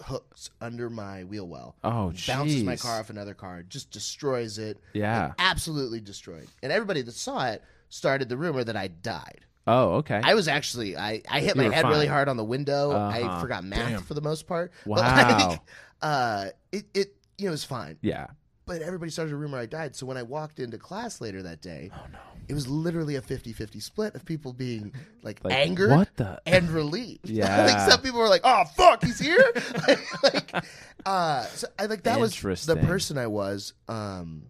Speaker 2: hooks under my wheel well.
Speaker 3: Oh,
Speaker 2: Bounces my
Speaker 3: jeez.
Speaker 2: car off another car, just destroys it.
Speaker 3: Yeah.
Speaker 2: Like, absolutely destroyed. And everybody that saw it started the rumor that I died.
Speaker 3: Oh, okay.
Speaker 2: I was actually, I, I hit
Speaker 3: You
Speaker 2: my
Speaker 3: were
Speaker 2: head really
Speaker 3: fine.
Speaker 2: hard on the window. I
Speaker 3: Uh-huh.
Speaker 2: forgot math for the most part. [laughs] But,
Speaker 3: Wow.
Speaker 2: like, uh, it, it, you know, it was fine
Speaker 3: yeah.
Speaker 2: but everybody started a rumor I died. So when I walked into class later that day, oh no. It was literally a 50-50 split of people being like,
Speaker 3: Like,
Speaker 2: angered
Speaker 3: what the-
Speaker 2: and relieved. [laughs]
Speaker 3: Yeah.
Speaker 2: like some people were like, "Oh fuck, he's here." [laughs] like uh so I like that was the
Speaker 3: Interesting.
Speaker 2: person I was um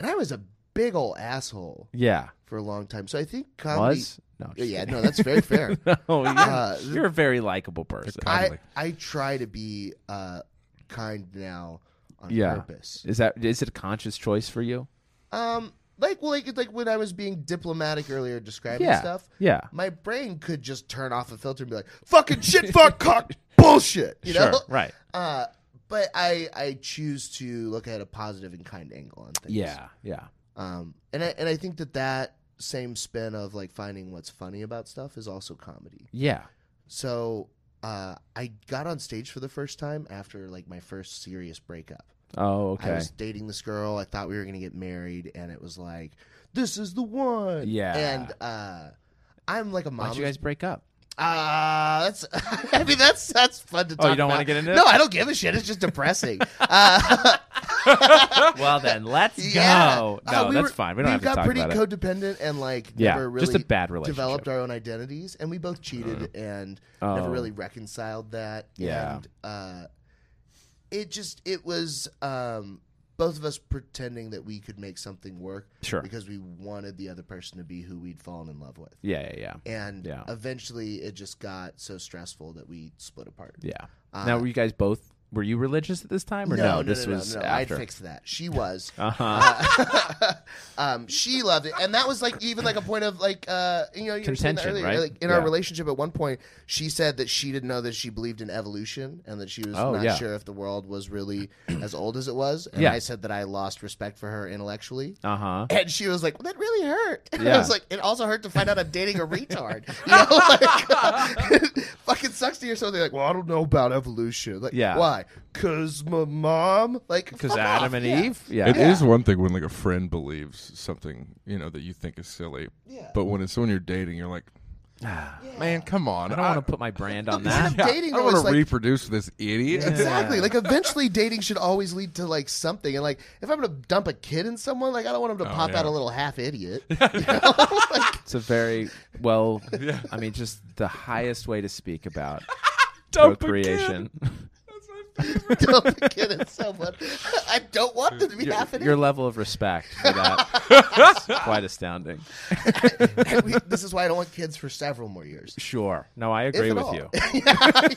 Speaker 2: and I was a big old asshole
Speaker 3: Yeah.
Speaker 2: for a long time. So I think comedy. Oh,
Speaker 3: Was? No. just
Speaker 2: Yeah,
Speaker 3: kidding. [laughs]
Speaker 2: no, that's very fair.
Speaker 3: No, you're,
Speaker 2: Uh,
Speaker 3: you're a very likable person.
Speaker 2: I,
Speaker 4: Comedy.
Speaker 2: I try to be uh, kind now on
Speaker 3: Yeah.
Speaker 2: purpose.
Speaker 3: Is that is it a conscious choice for you?
Speaker 2: Um, like well, like like when I was being diplomatic earlier, describing
Speaker 3: Yeah.
Speaker 2: stuff.
Speaker 3: Yeah.
Speaker 2: my brain could just turn off a filter and be like, "Fucking
Speaker 3: [laughs]
Speaker 2: shit, fuck, cock, bullshit," you know.
Speaker 3: Sure. Right.
Speaker 2: Uh, but I I choose to look at a positive and kind angle on things.
Speaker 3: Yeah. Yeah.
Speaker 2: Um, and I and I think that that same spin of like finding what's funny about stuff is also comedy.
Speaker 3: Yeah.
Speaker 2: So uh, I got on stage for the first time after like my first serious breakup.
Speaker 3: Oh,
Speaker 2: I
Speaker 3: okay.
Speaker 2: was dating this girl. I thought we were gonna get married, and it was like, this is the one.
Speaker 3: Yeah.
Speaker 2: And uh, I'm like a mom.
Speaker 3: Why'd you guys break up?
Speaker 2: Uh, that's. [laughs] I mean, that's that's fun to talk.
Speaker 3: Oh, you don't
Speaker 2: about.
Speaker 3: wanna get into it?
Speaker 2: No, I don't give a shit. It's just depressing.
Speaker 3: [laughs]
Speaker 2: uh,
Speaker 3: [laughs] well, then
Speaker 2: [laughs]
Speaker 3: let's
Speaker 2: yeah.
Speaker 3: go.
Speaker 2: Uh,
Speaker 3: No,
Speaker 2: we
Speaker 3: that's
Speaker 2: were-
Speaker 3: fine. We don't have
Speaker 2: we
Speaker 3: to
Speaker 2: got
Speaker 3: talk
Speaker 2: pretty
Speaker 3: about it.
Speaker 2: codependent and like
Speaker 3: Yeah,
Speaker 2: never really
Speaker 3: just a bad relationship.
Speaker 2: developed our own identities, and we both cheated and
Speaker 3: Oh.
Speaker 2: never really reconciled that.
Speaker 3: Yeah.
Speaker 2: And, uh, it just it was um, both of us pretending that we could make something work,
Speaker 3: Sure.
Speaker 2: because we wanted the other person to be who we'd fallen in love with,
Speaker 3: Yeah, yeah, yeah.
Speaker 2: and
Speaker 3: Yeah.
Speaker 2: eventually it just got so stressful that we split apart.
Speaker 3: Yeah.
Speaker 2: Uh,
Speaker 3: now, were you guys both were you religious at this time or no? this was
Speaker 2: I'd
Speaker 3: after.
Speaker 2: fix that. She was.
Speaker 3: uh-huh.
Speaker 2: Uh, um, she loved it, and that was like even like a point of like uh, you know you were saying that
Speaker 3: Contention,
Speaker 2: earlier.
Speaker 3: right?
Speaker 2: Like in
Speaker 3: Yeah.
Speaker 2: our relationship, at one point, she said that she didn't know that she believed in evolution and that she was
Speaker 3: Oh,
Speaker 2: not
Speaker 3: yeah.
Speaker 2: sure if the world was really [clears throat] as old as it was. And
Speaker 3: Yeah.
Speaker 2: I said that I lost respect for her intellectually.
Speaker 3: Uh-huh.
Speaker 2: And she was like, well, "That really hurt." [laughs] And
Speaker 3: Yeah.
Speaker 2: I was like, "It also hurt to find out I'm dating a retard." [laughs] You know, like, [laughs] it fucking sucks to hear something like, "Well, I don't know about evolution." Like,
Speaker 3: Yeah.
Speaker 2: why? Cause my mom, like,
Speaker 3: Because
Speaker 2: fuck
Speaker 3: Adam
Speaker 2: off.
Speaker 3: and
Speaker 2: Yeah.
Speaker 3: Eve. Yeah.
Speaker 4: It is one thing when like a friend believes something you know that you think is silly,
Speaker 2: Yeah.
Speaker 4: but when it's someone you're dating, you're like, man, come on,
Speaker 3: I don't want to put my brand on that.
Speaker 4: Uh, Yeah,
Speaker 2: dating
Speaker 4: I don't
Speaker 2: was
Speaker 4: want to
Speaker 2: like-
Speaker 4: reproduce this idiot.
Speaker 2: Exactly. Like eventually dating should always lead to like something. And like if I'm gonna dump a kid in someone, like I don't want them to
Speaker 4: Oh,
Speaker 2: pop
Speaker 4: yeah.
Speaker 2: out a little half
Speaker 3: [laughs]
Speaker 2: idiot. [laughs]
Speaker 3: It's a very well. I mean, just the highest way to speak about
Speaker 4: Dump a
Speaker 3: procreation.
Speaker 2: dump a kid in someone. [laughs] I don't want them to be
Speaker 3: your,
Speaker 2: half idiot.
Speaker 3: your level of respect for that is quite astounding.
Speaker 2: And we- this is why I don't want kids for several more years.
Speaker 3: Sure. No, I
Speaker 2: If
Speaker 3: agree
Speaker 2: at
Speaker 3: with
Speaker 2: all.
Speaker 3: you.
Speaker 2: [laughs] yeah,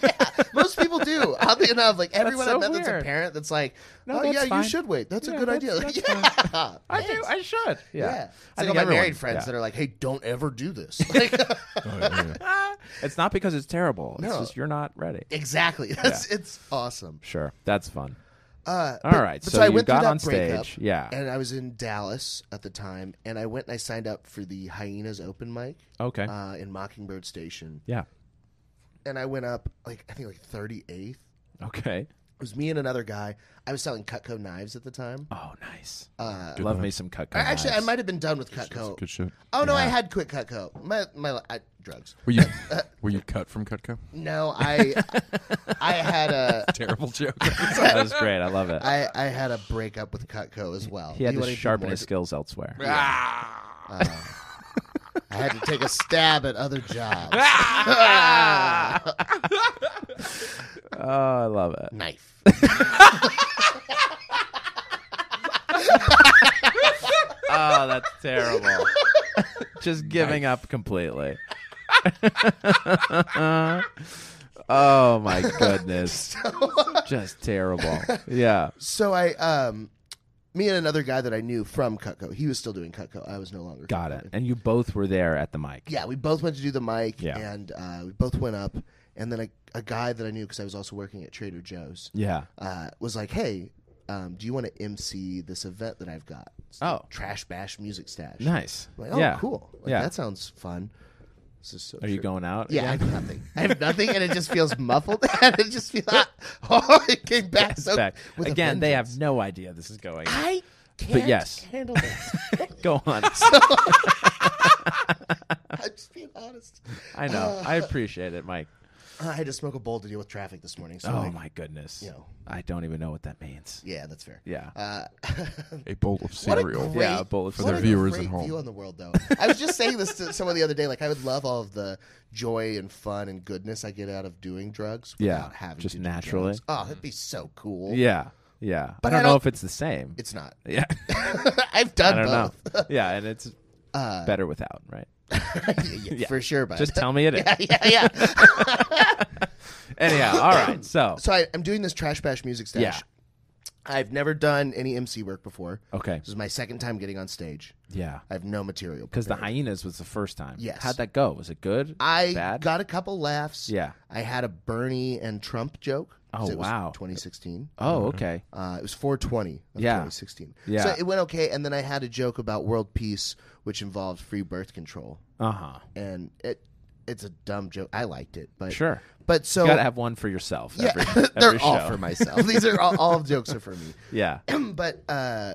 Speaker 2: most people do. Oddly enough, like everyone I
Speaker 3: so
Speaker 2: met that's
Speaker 3: weird.
Speaker 2: a parent that's like,
Speaker 3: No,
Speaker 2: oh
Speaker 3: that's
Speaker 2: yeah,
Speaker 3: fine.
Speaker 2: you should wait. That's
Speaker 3: Yeah,
Speaker 2: a good
Speaker 3: that's-
Speaker 2: idea.
Speaker 3: that's
Speaker 2: [laughs] yeah,
Speaker 3: I do. I should.
Speaker 2: yeah.
Speaker 3: Yeah.
Speaker 2: It's like all my married friends that are like, hey, don't ever do this.
Speaker 3: [laughs]
Speaker 2: Like, [laughs]
Speaker 4: Oh, yeah, yeah.
Speaker 3: It's not because it's terrible. It's
Speaker 2: No.
Speaker 3: just you're not ready.
Speaker 2: exactly. That's it's awesome.
Speaker 3: Sure. That's fun.
Speaker 2: Uh,
Speaker 3: All
Speaker 2: but-
Speaker 3: right,
Speaker 2: but
Speaker 3: so you
Speaker 2: went through
Speaker 3: got
Speaker 2: that
Speaker 3: on
Speaker 2: breakup,
Speaker 3: stage, yeah.
Speaker 2: And I was in Dallas at the time, and I went and I signed up for the Hyenas open mic
Speaker 3: Okay.
Speaker 2: uh, in Mockingbird Station,
Speaker 3: yeah.
Speaker 2: and I went up like I think like thirty eighth.
Speaker 3: Okay.
Speaker 2: It was me and another guy. I was selling Cutco knives at the time.
Speaker 3: Oh, nice.
Speaker 2: Uh,
Speaker 3: Love me some Cutco.
Speaker 2: I- actually, I [laughs]
Speaker 3: knives.
Speaker 2: might have been done with Cutco.
Speaker 4: Good shit.
Speaker 2: Oh no, I had quit Cutco. My my I, drugs.
Speaker 4: Were you
Speaker 2: [laughs]
Speaker 4: were you cut from Cutco? [laughs]
Speaker 2: No, I
Speaker 3: [laughs]
Speaker 2: I had a [laughs]
Speaker 4: Terrible joke.
Speaker 3: that was great. I love it.
Speaker 2: I I had a breakup with Cutco as well.
Speaker 3: he had
Speaker 2: You
Speaker 3: to
Speaker 2: wanna do
Speaker 3: sharpen
Speaker 2: more
Speaker 3: his
Speaker 2: [laughs]
Speaker 3: skills elsewhere.
Speaker 2: I had to take a stab at
Speaker 3: [laughs]
Speaker 2: other jobs.
Speaker 3: Oh, I love it.
Speaker 2: [laughs] Knife.
Speaker 3: Oh, that's
Speaker 2: [laughs]
Speaker 3: terrible. Just giving up completely. [laughs] oh
Speaker 2: [laughs]
Speaker 3: my goodness. Just terrible. Yeah.
Speaker 2: So I, um, me and another guy that I knew from Cutco, he was still doing Cutco. I was no longer.
Speaker 3: Got it. And you both were there at the mic.
Speaker 2: Yeah, we both went to do the mic,
Speaker 3: Yeah.
Speaker 2: and uh, we both went up. And then a, a guy that I knew because I was also working at Trader Joe's
Speaker 3: Yeah.
Speaker 2: uh, was like, "Hey, um, do you want to MC this event that I've got? It's the
Speaker 3: Oh.
Speaker 2: Trash Bash Music Stash.
Speaker 3: Nice.
Speaker 2: I'm Uh, like, oh,
Speaker 3: yeah.
Speaker 2: cool. Like,
Speaker 3: yeah.
Speaker 2: that sounds fun. This is so.
Speaker 3: Are you
Speaker 2: going?
Speaker 3: going out?
Speaker 2: Yeah, I [laughs]
Speaker 3: again?
Speaker 2: have nothing. I have nothing, and it just feels muffled, [laughs] and it just
Speaker 3: [laughs]
Speaker 2: feels. Oh, it came back so
Speaker 3: Back.
Speaker 2: with a
Speaker 3: Again, they
Speaker 2: vengeance.
Speaker 3: have no idea this
Speaker 2: [laughs]
Speaker 3: is going. on.
Speaker 2: I can't
Speaker 3: yes.
Speaker 2: handle
Speaker 3: [laughs]
Speaker 2: this. [laughs]
Speaker 3: Go on.
Speaker 2: I'm just being honest.
Speaker 3: I know.
Speaker 2: uh,
Speaker 3: I appreciate it, Mike.
Speaker 2: I had to smoke a bowl to deal with traffic this morning. So,
Speaker 3: Oh
Speaker 2: like,
Speaker 3: my goodness.
Speaker 2: you know.
Speaker 3: I don't even know what that means.
Speaker 2: yeah, that's fair.
Speaker 3: Yeah.
Speaker 2: Uh,
Speaker 4: a bowl of
Speaker 2: what a
Speaker 4: cereal.
Speaker 2: great-
Speaker 3: Yeah, a bowl of
Speaker 4: For
Speaker 2: what
Speaker 4: the
Speaker 2: a
Speaker 4: viewers
Speaker 2: great
Speaker 4: at home.
Speaker 2: View on the world, though. I was just saying this to someone the other day. Like, I would love all of the joy and fun and goodness I get out of doing drugs.
Speaker 3: Yeah,
Speaker 2: Without having
Speaker 3: just
Speaker 2: to do
Speaker 3: naturally.
Speaker 2: drugs. Oh, that'd be so cool.
Speaker 3: Yeah. Yeah.
Speaker 2: But I
Speaker 3: I don't know
Speaker 2: don't-
Speaker 3: if it's the same.
Speaker 2: It's not.
Speaker 3: [laughs] yeah.
Speaker 2: [laughs] I've
Speaker 3: I
Speaker 2: done
Speaker 3: don't know.
Speaker 2: [laughs] both.
Speaker 3: yeah, and it's
Speaker 2: Uh,
Speaker 3: better without, right?
Speaker 2: yeah, For sure, but
Speaker 3: Just
Speaker 2: [laughs]
Speaker 3: tell me it is.
Speaker 2: yeah, yeah.
Speaker 3: Anyhow, all right.
Speaker 2: [coughs]
Speaker 3: So,
Speaker 2: so I, I'm doing this trash bash music stash.
Speaker 3: Yeah.
Speaker 2: I've never done any MC work before.
Speaker 3: okay.
Speaker 2: This is my second time getting on stage.
Speaker 3: Yeah.
Speaker 2: I have no material
Speaker 3: Because the
Speaker 2: prepared.
Speaker 3: hyenas was the first time.
Speaker 2: Yes.
Speaker 3: How'd that go? Was it good?
Speaker 2: I
Speaker 3: bad?
Speaker 2: got a couple laughs.
Speaker 3: Yeah.
Speaker 2: I had a Bernie and Trump joke.
Speaker 3: Oh,
Speaker 2: So it was
Speaker 3: wow.
Speaker 2: 2016.
Speaker 3: Oh, okay.
Speaker 2: Uh, it was 420 of
Speaker 3: Yeah.
Speaker 2: 2016.
Speaker 3: Yeah.
Speaker 2: So it went okay. And then I had a joke about world peace, which involved free birth control.
Speaker 3: Uh huh.
Speaker 2: And it it's a dumb joke. I liked it. but
Speaker 3: Sure.
Speaker 2: But so.
Speaker 3: you gotta have one for yourself.
Speaker 2: yeah, [laughs]
Speaker 3: Every,
Speaker 2: they're
Speaker 3: every
Speaker 2: all
Speaker 3: show.
Speaker 2: for myself. These are
Speaker 3: [laughs]
Speaker 2: all, all jokes are for me.
Speaker 3: Yeah.
Speaker 2: but uh,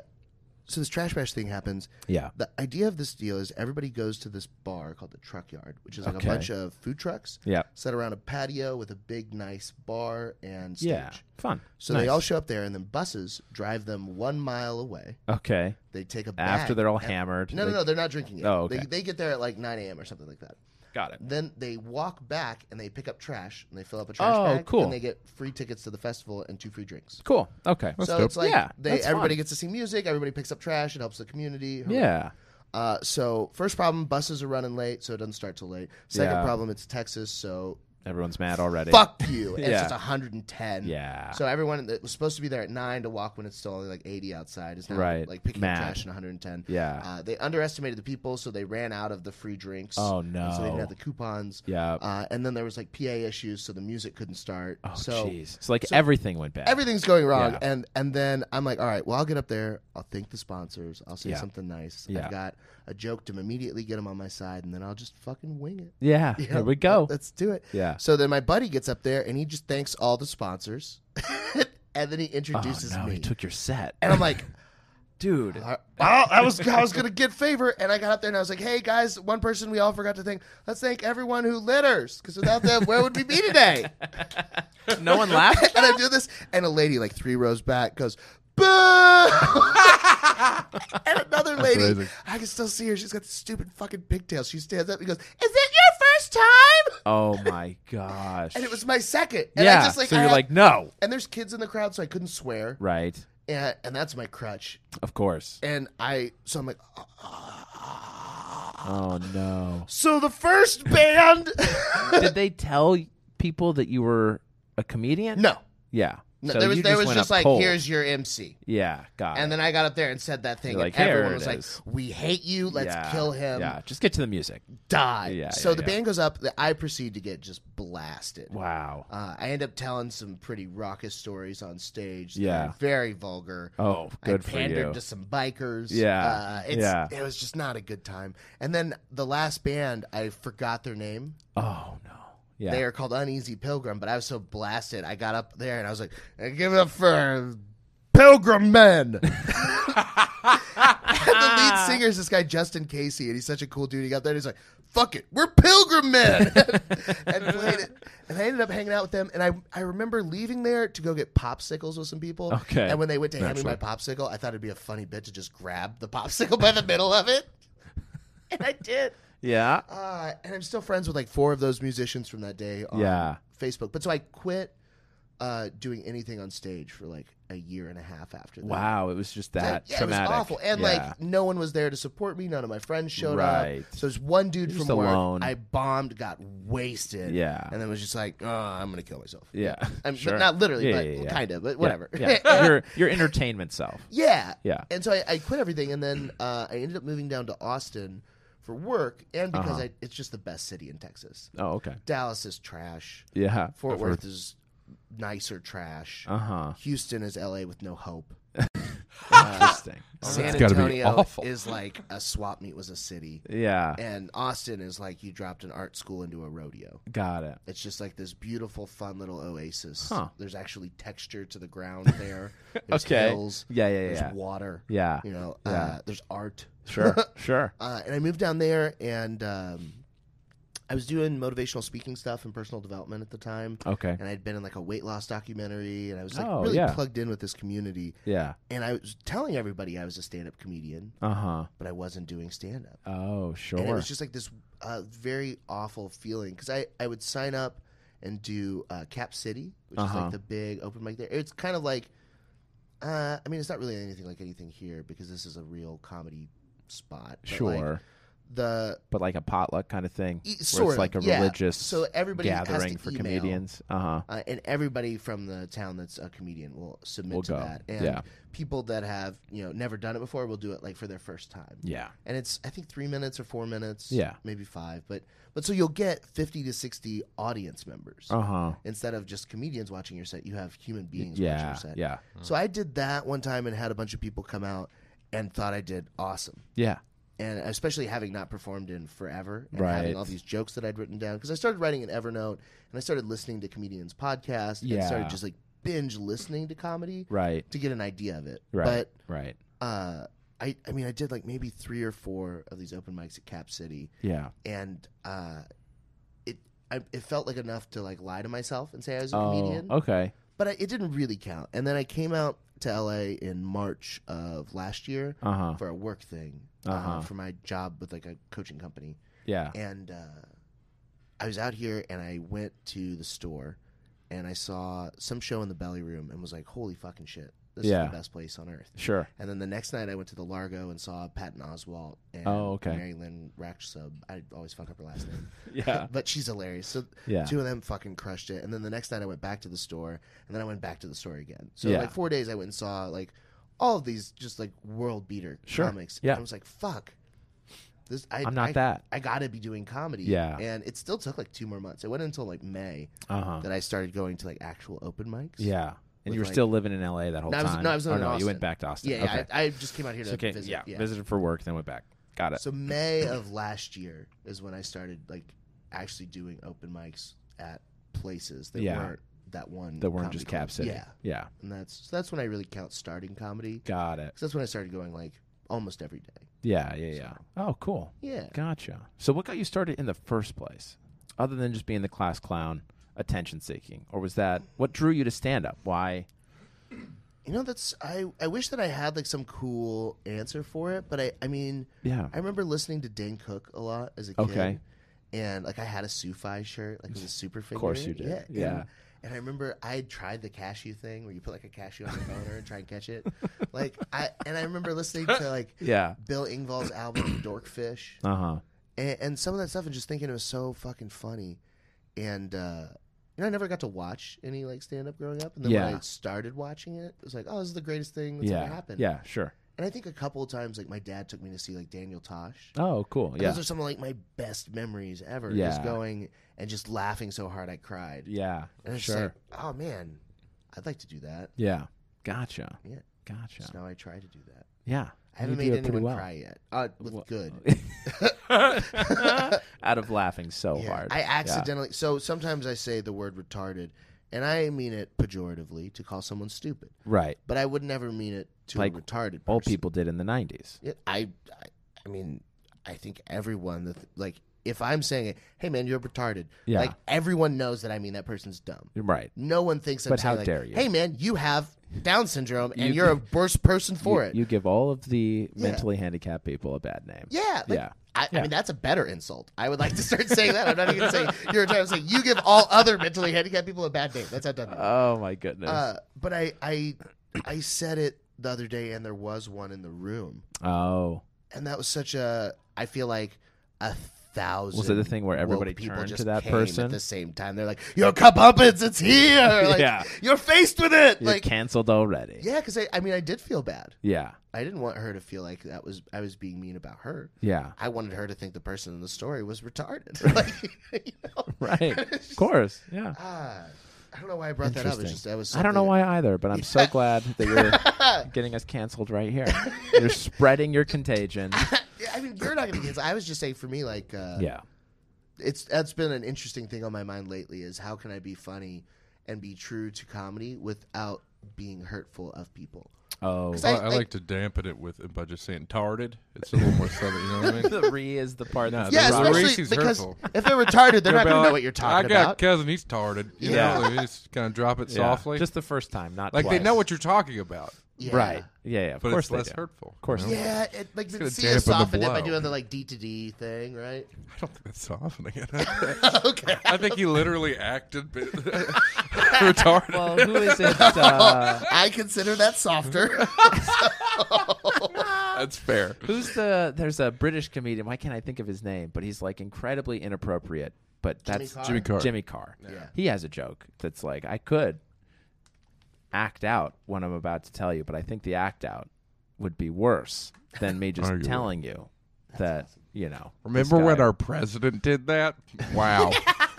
Speaker 2: so this trash bash thing happens.
Speaker 3: Yeah.
Speaker 2: The idea of this deal is everybody goes to this bar called the Truck Yard, which is like
Speaker 3: Okay.
Speaker 2: a bunch of food trucks
Speaker 3: Yeah.
Speaker 2: set around a patio with a big, nice bar and stage.
Speaker 3: Yeah. Fun.
Speaker 2: So
Speaker 3: Nice.
Speaker 2: they all show up there, and then buses drive them one mile away.
Speaker 3: Okay.
Speaker 2: They take a
Speaker 3: After
Speaker 2: bag
Speaker 3: they're all
Speaker 2: and-
Speaker 3: hammered.
Speaker 2: No, no,
Speaker 3: they-
Speaker 2: no, they're not drinking it.
Speaker 3: Oh, okay.
Speaker 2: they, they get there at like 9 a.m. or something like that.
Speaker 3: Got it.
Speaker 2: Then they walk back and they pick up trash and they fill up a trash
Speaker 3: Oh,
Speaker 2: bag.
Speaker 3: cool.
Speaker 2: And they get free tickets to the festival and two free drinks
Speaker 3: Cool. Okay.
Speaker 2: so
Speaker 4: dope.
Speaker 2: it's like
Speaker 3: Yeah,
Speaker 2: they
Speaker 3: that's
Speaker 2: everybody
Speaker 3: fun.
Speaker 2: gets to see music, everybody picks up trash, it helps the community.
Speaker 3: yeah.
Speaker 2: Uh, so first problem, buses are running late, so it doesn't start till late. Second
Speaker 3: Yeah.
Speaker 2: problem, it's Texas, so
Speaker 3: Everyone's mad already.
Speaker 2: fuck
Speaker 3: [laughs]
Speaker 2: you. And
Speaker 3: Yeah.
Speaker 2: It's just 110.
Speaker 3: Yeah.
Speaker 2: So everyone that was supposed to be there at nine to walk when it's still only like 80 outside is now
Speaker 3: Right.
Speaker 2: like picking
Speaker 3: Mad.
Speaker 2: up trash in 110.
Speaker 3: Yeah.
Speaker 2: Uh, they underestimated the people, so they ran out of the free drinks.
Speaker 3: Oh,
Speaker 2: And So they
Speaker 3: no.
Speaker 2: didn't have the coupons.
Speaker 3: Yeah.
Speaker 2: Uh, and then there was like PA issues, so the music couldn't start.
Speaker 3: oh,
Speaker 2: so
Speaker 3: jeez. So like everything went bad.
Speaker 2: everything's going wrong
Speaker 3: Yeah.
Speaker 2: and and then i'm like all right well i'll get up there i'll thank the sponsors i'll say
Speaker 3: Yeah.
Speaker 2: something nice
Speaker 3: Yeah.
Speaker 2: i've got a joke to immediately get them on my side and then i'll just fucking wing it [laughs]
Speaker 3: yeah.
Speaker 2: You
Speaker 3: Here
Speaker 2: know,
Speaker 3: we go.
Speaker 2: let- [laughs] let's do it
Speaker 3: Yeah.
Speaker 2: so then my buddy gets up there and he just thanks all the sponsors [laughs] and then he introduces
Speaker 3: oh, no,
Speaker 2: me
Speaker 3: You took your set.
Speaker 2: and i'm like
Speaker 3: Dude.
Speaker 2: all right, well, I was I
Speaker 3: [laughs]
Speaker 2: was gonna get favor, and I got up there and I was like, "Hey guys, one person we all forgot to thank. Let's thank everyone who litters, because without them, where would we be today?"
Speaker 3: no one
Speaker 2: [laughs]
Speaker 3: laughed.
Speaker 2: and I do this, and a lady like three rows back goes, "Boo!" [laughs] and another lady,
Speaker 4: amazing.
Speaker 2: I can still see her. She's got the stupid fucking pigtails. She stands up and goes, "Is it your first time?"
Speaker 3: Oh
Speaker 2: [laughs]
Speaker 3: my gosh.
Speaker 2: And it was my second. And
Speaker 3: yeah.
Speaker 2: I just like,
Speaker 3: so
Speaker 2: I
Speaker 3: you're
Speaker 2: had-
Speaker 3: like, no.
Speaker 2: and there's kids in the crowd, so I couldn't swear,
Speaker 3: Right.
Speaker 2: and, and that's my crutch.
Speaker 3: Of course.
Speaker 2: And I, so I'm like,
Speaker 3: Oh no.
Speaker 2: so the first band,
Speaker 3: Did they tell people that you were a comedian?
Speaker 2: [laughs] no.
Speaker 3: Yeah.
Speaker 2: No,
Speaker 3: So
Speaker 2: there was
Speaker 3: you
Speaker 2: there
Speaker 3: just
Speaker 2: was
Speaker 3: went
Speaker 2: just
Speaker 3: up
Speaker 2: like
Speaker 3: cold.
Speaker 2: here's your MC,
Speaker 3: Yeah. Got
Speaker 2: and
Speaker 3: it.
Speaker 2: then I got up there and said that thing,
Speaker 3: You're
Speaker 2: and
Speaker 3: like, "Here
Speaker 2: everyone was
Speaker 3: it is."
Speaker 2: like, "We hate you, let's
Speaker 3: Yeah,
Speaker 2: kill him."
Speaker 3: Yeah. Just get to the music.
Speaker 2: die.
Speaker 3: Yeah,
Speaker 2: so
Speaker 3: yeah,
Speaker 2: the
Speaker 3: yeah.
Speaker 2: band goes up. the- I proceed to get just blasted.
Speaker 3: Wow.
Speaker 2: Uh, I end up telling some pretty raucous stories on stage. that
Speaker 3: Yeah.
Speaker 2: are very vulgar.
Speaker 3: Oh, good
Speaker 2: I
Speaker 3: for
Speaker 2: pandered
Speaker 3: you.
Speaker 2: to some bikers.
Speaker 3: Yeah,
Speaker 2: uh, it's,
Speaker 3: yeah.
Speaker 2: it was just not a good time. And then the last band, I forgot their name.
Speaker 3: Oh no. Yeah.
Speaker 2: They are called Uneasy Pilgrim, but I was so blasted. I got up there and I was like, "Give it up for Pilgrim Men." [laughs] and the
Speaker 3: [laughs]
Speaker 2: lead singer is this guy Justin Casey, and he's such a cool dude. He got there and he's like, "Fuck it, we're Pilgrim Men," [laughs] and played it. And I ended up hanging out with them. And I I remember leaving there to go get popsicles with some people.
Speaker 3: Okay.
Speaker 2: And when they went to hand me my popsicle, I thought it'd be a funny bit to just grab the popsicle by the middle of
Speaker 3: [laughs]
Speaker 2: it, and I did.
Speaker 3: Yeah.
Speaker 2: Uh, and I'm still friends with like four of those musicians from that day on
Speaker 3: Yeah.
Speaker 2: Facebook. But so I quit uh, doing anything on stage for like a year and a half after that.
Speaker 3: Wow. It was just
Speaker 2: Yeah,
Speaker 3: that
Speaker 2: yeah, it was
Speaker 3: traumatic.
Speaker 2: awful. And
Speaker 3: Yeah.
Speaker 2: like no one was there to support me. None of my friends showed
Speaker 3: Right.
Speaker 2: up. So there's one dude
Speaker 3: just
Speaker 2: from work.
Speaker 3: alone.
Speaker 2: I bombed, got wasted.
Speaker 3: Yeah.
Speaker 2: And then was just like, oh, I'm going to kill myself.
Speaker 3: Yeah.
Speaker 2: [laughs] I'm,
Speaker 3: Sure.
Speaker 2: Not literally,
Speaker 3: Yeah,
Speaker 2: but
Speaker 3: yeah, yeah.
Speaker 2: kind of, but
Speaker 3: Yeah,
Speaker 2: whatever. [laughs]
Speaker 3: Yeah. your your entertainment self.
Speaker 2: Yeah.
Speaker 3: Yeah.
Speaker 2: And so I, I quit everything, and then uh, I ended up moving down to Austin for work, and because
Speaker 3: Uh-huh.
Speaker 2: I, it's just the best city in Texas.
Speaker 3: Oh, okay.
Speaker 2: Dallas is trash.
Speaker 3: Yeah.
Speaker 2: Fort Worth is nicer trash.
Speaker 3: Uh
Speaker 2: [laughs]
Speaker 3: huh.
Speaker 2: Houston is LA with no hope. [laughs]
Speaker 3: Interesting.
Speaker 2: San
Speaker 4: gotta be
Speaker 2: Antonio
Speaker 4: awful.
Speaker 2: is like a swap meet was a city,
Speaker 3: Yeah.
Speaker 2: and Austin is like you dropped an art school into a rodeo.
Speaker 3: Got it.
Speaker 2: It's just like this beautiful, fun little oasis.
Speaker 3: Huh.
Speaker 2: There's actually texture to the ground
Speaker 3: [laughs]
Speaker 2: there. There's
Speaker 3: Okay.
Speaker 2: hills.
Speaker 3: Yeah, yeah,
Speaker 2: There's
Speaker 3: yeah.
Speaker 2: water.
Speaker 3: Yeah.
Speaker 2: You know,
Speaker 3: Yeah.
Speaker 2: uh, there's art. [laughs]
Speaker 3: Sure. Sure.
Speaker 2: Uh, and I moved down there, and um, I was doing motivational speaking stuff and personal development at the time.
Speaker 3: Okay.
Speaker 2: And I'd been in like a weight loss documentary, and I was like
Speaker 3: Oh,
Speaker 2: really
Speaker 3: yeah.
Speaker 2: plugged in with this community.
Speaker 3: Yeah.
Speaker 2: And I was telling everybody I was a stand up comedian,
Speaker 3: Uh huh.
Speaker 2: but I wasn't doing stand up.
Speaker 3: Oh, sure.
Speaker 2: And it was just like this uh, very awful feeling because I, I would sign up and do uh, Cap City, which is
Speaker 3: Uh-huh.
Speaker 2: like the big open mic there. It's kind of like Uh, I mean, it's not really anything like anything here because this is a real comedy spot. but, like,
Speaker 3: Sure.
Speaker 2: the
Speaker 3: but like a potluck kind of thing,
Speaker 2: E-
Speaker 3: where
Speaker 2: sort of,
Speaker 3: it's like a
Speaker 2: yeah.
Speaker 3: religious
Speaker 2: So everybody has to
Speaker 3: gathering for
Speaker 2: email.
Speaker 3: comedians. Uh huh.
Speaker 2: uh, and everybody from the town that's a comedian will submit
Speaker 3: Will
Speaker 2: to
Speaker 3: go.
Speaker 2: that, and
Speaker 3: Yeah.
Speaker 2: people that have you know never done it before will do it like for their first time.
Speaker 3: Yeah.
Speaker 2: and it's I think three minutes or four minutes,
Speaker 3: Yeah.
Speaker 2: maybe five, but but so you'll get fifty to sixty audience members
Speaker 3: Uh huh.
Speaker 2: instead of just comedians watching your set. You have human beings watching
Speaker 3: Yeah.
Speaker 2: your set.
Speaker 3: Yeah.
Speaker 2: So I did that one time and had a bunch of people come out and thought I did awesome.
Speaker 3: Yeah.
Speaker 2: And especially having not performed in forever and having
Speaker 3: Right.
Speaker 2: all these jokes that I'd written down because I started writing in Evernote and I started listening to comedians' podcasts and
Speaker 3: Yeah.
Speaker 2: started just like binge listening to comedy
Speaker 3: Right.
Speaker 2: to get an idea of it.
Speaker 3: Right.
Speaker 2: But
Speaker 3: right.
Speaker 2: uh, I, I mean, I did like maybe three or four of these open mics at Cap City
Speaker 3: Yeah.
Speaker 2: and uh, it I, it felt like enough to like lie to myself and say I was a
Speaker 3: Oh.
Speaker 2: comedian
Speaker 3: Okay.
Speaker 2: but I, it didn't really count. And then I came out to LA in March of last year
Speaker 3: Uh huh.
Speaker 2: for a work thing
Speaker 3: Uh-huh.
Speaker 2: uh, for my job with like a coaching company.
Speaker 3: Yeah.
Speaker 2: And uh, I was out here and I went to the store and I saw some show in the belly room and was like, holy fucking shit. This
Speaker 3: Yeah.
Speaker 2: is the best place on earth.
Speaker 3: Sure.
Speaker 2: And then the next night I went to the Largo and saw Patton Oswalt and
Speaker 3: Oh, okay.
Speaker 2: Mary Lynn Raksub. I always fuck up her last name.
Speaker 3: [laughs] Yeah.
Speaker 2: but she's hilarious. So
Speaker 3: Yeah.
Speaker 2: two of them fucking crushed it. And then the next night I went back to the store, and then I went back to the store again. So
Speaker 3: Yeah.
Speaker 2: like four days I went and saw like all of these just like world beater
Speaker 3: Sure.
Speaker 2: comics.
Speaker 3: Yeah.
Speaker 2: And I was like, fuck. This I,
Speaker 3: I'm not
Speaker 2: I-
Speaker 3: that.
Speaker 2: I gotta be doing comedy.
Speaker 3: Yeah.
Speaker 2: And it still took like two more months. It went until like May
Speaker 3: Uh huh.
Speaker 2: that I started going to like actual open mics.
Speaker 3: Yeah. And
Speaker 2: With,
Speaker 3: you were
Speaker 2: like-
Speaker 3: still living in L.A. that whole
Speaker 2: No, I was-
Speaker 3: time.
Speaker 2: no, I was
Speaker 3: Or
Speaker 2: living in
Speaker 3: no,
Speaker 2: Austin.
Speaker 3: You went back to Austin.
Speaker 2: Yeah, yeah,
Speaker 3: Okay.
Speaker 2: I, I just came out here to
Speaker 3: so okay,
Speaker 2: visit.
Speaker 3: yeah, Visited for work, then went back. Got it.
Speaker 2: So May of last year is when I started like actually doing open mics at places that
Speaker 3: Yeah.
Speaker 2: weren't that one
Speaker 3: that weren't
Speaker 2: comedy
Speaker 3: just
Speaker 2: club.
Speaker 3: Cap City.
Speaker 2: Yeah,
Speaker 3: Yeah.
Speaker 2: and that's so that's when I really count starting comedy because
Speaker 3: Got it.
Speaker 2: that's when I started going like almost every day.
Speaker 3: Yeah. Yeah. Yeah. Oh, cool.
Speaker 2: Yeah,
Speaker 3: Gotcha. So, what got you started in the first place, other than just being the class clown, attention seeking, or was that what drew you to stand up? Why?
Speaker 2: you know that's I I wish that I had like some cool answer for it, but I I mean
Speaker 3: Yeah.
Speaker 2: I remember listening to Dan Cook a lot as a kid.
Speaker 3: Okay.
Speaker 2: And like I had a Sufi shirt, like it was a super figure.
Speaker 3: course you did.
Speaker 2: And,
Speaker 3: Yeah.
Speaker 2: and I remember I had tried the cashew thing where you put like a cashew on your boner and try and catch it. Like I and I remember listening to like
Speaker 3: [laughs] Yeah.
Speaker 2: Bill Ingvall's album Dorkfish
Speaker 3: Uh huh.
Speaker 2: and, and some of that stuff and just thinking it was so fucking funny. And uh you know, I never got to watch any like stand up growing up. And then when
Speaker 3: Yeah.
Speaker 2: I started watching it, it was like, Oh, this is the greatest thing that's
Speaker 3: Yeah.
Speaker 2: ever happened.
Speaker 3: Yeah. Sure.
Speaker 2: And I think a couple of times, like my dad took me to see like Daniel Tosh.
Speaker 3: Oh, cool. Yeah.
Speaker 2: Those are some of like my best memories ever. Just
Speaker 3: Yeah.
Speaker 2: going and just laughing so hard I cried.
Speaker 3: yeah.
Speaker 2: And it's just
Speaker 3: Sure.
Speaker 2: like, oh man, I'd like to do that.
Speaker 3: Yeah. Gotcha.
Speaker 2: Yeah.
Speaker 3: Gotcha.
Speaker 2: So now I try to do that.
Speaker 3: yeah.
Speaker 2: I haven't
Speaker 3: You do
Speaker 2: made
Speaker 3: it pretty
Speaker 2: anyone
Speaker 3: well.
Speaker 2: cry yet. Uh, with
Speaker 3: Well-
Speaker 2: good.
Speaker 3: Out of laughing so
Speaker 2: Yeah.
Speaker 3: hard.
Speaker 2: I accidentally. So sometimes I say the word retarded, and I mean it pejoratively to call someone stupid.
Speaker 3: Right.
Speaker 2: But I would never mean it to
Speaker 3: Like
Speaker 2: a retarded person.
Speaker 3: Old people did in the nineties.
Speaker 2: Yeah, I, I, I mean, I think everyone that like if I'm saying it, hey man, you're retarded.
Speaker 3: Yeah.
Speaker 2: Like everyone knows that I mean that person's dumb.
Speaker 3: Right.
Speaker 2: No one thinks I'm
Speaker 3: But
Speaker 2: saying
Speaker 3: how
Speaker 2: like,
Speaker 3: dare you.
Speaker 2: hey man, you have Down syndrome and
Speaker 3: You-
Speaker 2: you, are
Speaker 3: [laughs]
Speaker 2: a worse person for
Speaker 3: you,
Speaker 2: it.
Speaker 3: you give all of the
Speaker 2: Yeah.
Speaker 3: mentally handicapped people a bad name.
Speaker 2: yeah. Like,
Speaker 3: Yeah.
Speaker 2: I, I
Speaker 3: Yeah.
Speaker 2: mean that's a better insult. I would like to start [laughs] saying that. I'm not even saying you're retarded. I'm saying you give all other mentally handicapped people a bad name. That's how dumb. you are.
Speaker 3: Oh my goodness.
Speaker 2: Uh, but I, I, I said it the other day, and there was one in the room.
Speaker 3: oh.
Speaker 2: and that was such a I feel like a thousand
Speaker 3: Was it the thing where
Speaker 2: woke
Speaker 3: everybody
Speaker 2: people
Speaker 3: turned
Speaker 2: just
Speaker 3: to that
Speaker 2: came at
Speaker 3: person?
Speaker 2: the same time they're like your comeuppance it's
Speaker 3: [laughs]
Speaker 2: here like,
Speaker 3: Yeah.
Speaker 2: you're faced with it
Speaker 3: You're
Speaker 2: like
Speaker 3: canceled already.
Speaker 2: yeah because I, I mean I did feel bad
Speaker 3: Yeah.
Speaker 2: I didn't want her to feel like that was I was being mean about her
Speaker 3: Yeah.
Speaker 2: I wanted her to think the person in the story was retarded like [laughs] you know
Speaker 3: Right. of course. Yeah.
Speaker 2: ah, I don't know why I brought that up it's
Speaker 3: Interesting.
Speaker 2: just I was
Speaker 3: I don't know
Speaker 2: something-
Speaker 3: why either, but I'm so glad that you're getting us canceled right here. You're spreading your contagion.
Speaker 2: [laughs] Yeah, I mean you're not gonna get I was just saying for me like uh,
Speaker 3: Yeah.
Speaker 2: it's that's been an interesting thing on my mind lately is how can I be funny and be true to comedy without being hurtful of people.
Speaker 3: Oh.
Speaker 2: Cause
Speaker 4: I,
Speaker 2: I-
Speaker 4: I
Speaker 2: like-
Speaker 4: like to dampen it with by just saying "tarded." It's a little more southern. You know what I
Speaker 3: [laughs]
Speaker 4: mean?
Speaker 3: the re is the part
Speaker 4: No,
Speaker 3: that's
Speaker 2: Yeah,
Speaker 4: Yeah, the
Speaker 3: wrong.
Speaker 4: especially-
Speaker 2: especially
Speaker 4: race is
Speaker 2: because
Speaker 4: hurtful.
Speaker 2: if they're retarded, they're not going
Speaker 4: They'll be
Speaker 2: to know
Speaker 4: like,
Speaker 2: what you're
Speaker 4: I
Speaker 2: talking
Speaker 4: got
Speaker 2: about.
Speaker 4: cousin. He's tarded. You
Speaker 2: Yeah.
Speaker 4: know, they just kind of drop it
Speaker 3: Yeah.
Speaker 4: softly.
Speaker 3: Just the first time, not
Speaker 4: like they
Speaker 3: twice.
Speaker 4: know what you're talking about.
Speaker 2: Yeah.
Speaker 3: Right. Yeah, yeah. Of
Speaker 4: But
Speaker 3: course
Speaker 4: it's
Speaker 3: they
Speaker 4: less
Speaker 3: do.
Speaker 4: hurtful. Of
Speaker 3: course.
Speaker 2: Yeah, it, like the
Speaker 4: gonna
Speaker 2: Sia
Speaker 4: dampen the
Speaker 2: softened it by
Speaker 4: blow.
Speaker 2: doing the like D to D thing, right? [laughs]
Speaker 4: I don't think that's softening it.
Speaker 3: [laughs]
Speaker 2: okay.
Speaker 4: I think he literally acted [laughs] bit- retarded.
Speaker 3: Well, Oh, who is it? Uh,
Speaker 2: I consider that softer.
Speaker 4: that's fair.
Speaker 3: who's the? There's a British comedian. Why can't I think of his name? But he's like incredibly inappropriate. But that's
Speaker 2: Carr?
Speaker 4: Jimmy Carr.
Speaker 3: Jimmy Carr.
Speaker 2: Yeah.
Speaker 3: He has a joke that's like I could act out what I'm about to tell you, but I think the act out would be worse than me just
Speaker 4: Arguably.
Speaker 3: telling you that you know.
Speaker 4: Remember
Speaker 3: this
Speaker 4: when
Speaker 3: guy-
Speaker 4: our president did that?
Speaker 3: [laughs]
Speaker 4: Wow.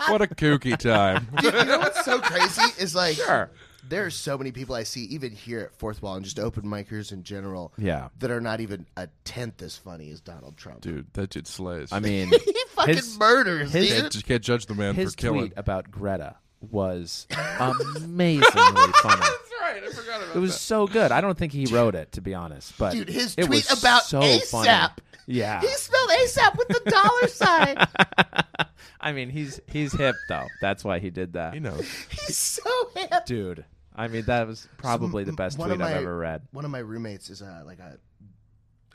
Speaker 4: what a kooky time.
Speaker 2: Dude, you know what's so crazy is like there are so many people I see even here at Fourth Wall and just open micers in general
Speaker 3: Yeah.
Speaker 2: that are not even a tenth as funny as Donald Trump.
Speaker 4: Dude, that dude slays.
Speaker 3: I mean,
Speaker 2: [laughs] he fucking
Speaker 3: his-
Speaker 2: murders,
Speaker 3: his-
Speaker 2: dude.
Speaker 4: can't, you can't judge the man
Speaker 3: his
Speaker 4: [laughs] for killing.
Speaker 3: tweet about Greta was
Speaker 2: [laughs]
Speaker 3: amazingly funny.
Speaker 4: right. I forgot about
Speaker 3: It was so good. I don't think he wrote it, to be honest. But
Speaker 2: Dude, his
Speaker 3: it
Speaker 2: tweet
Speaker 3: was
Speaker 2: about
Speaker 3: so
Speaker 2: ASAP.
Speaker 3: funny. Yeah,
Speaker 2: He spelled ASAP with the dollar
Speaker 3: [laughs]
Speaker 2: sign.
Speaker 3: I mean, he's he's hip though. That's why he did that,
Speaker 4: He knows.
Speaker 2: He's so hip.
Speaker 3: dude. I mean, that was probably the best
Speaker 2: One
Speaker 3: tweet
Speaker 2: of
Speaker 3: I've
Speaker 2: my-
Speaker 3: ever read.
Speaker 2: One of my roommates is uh, like a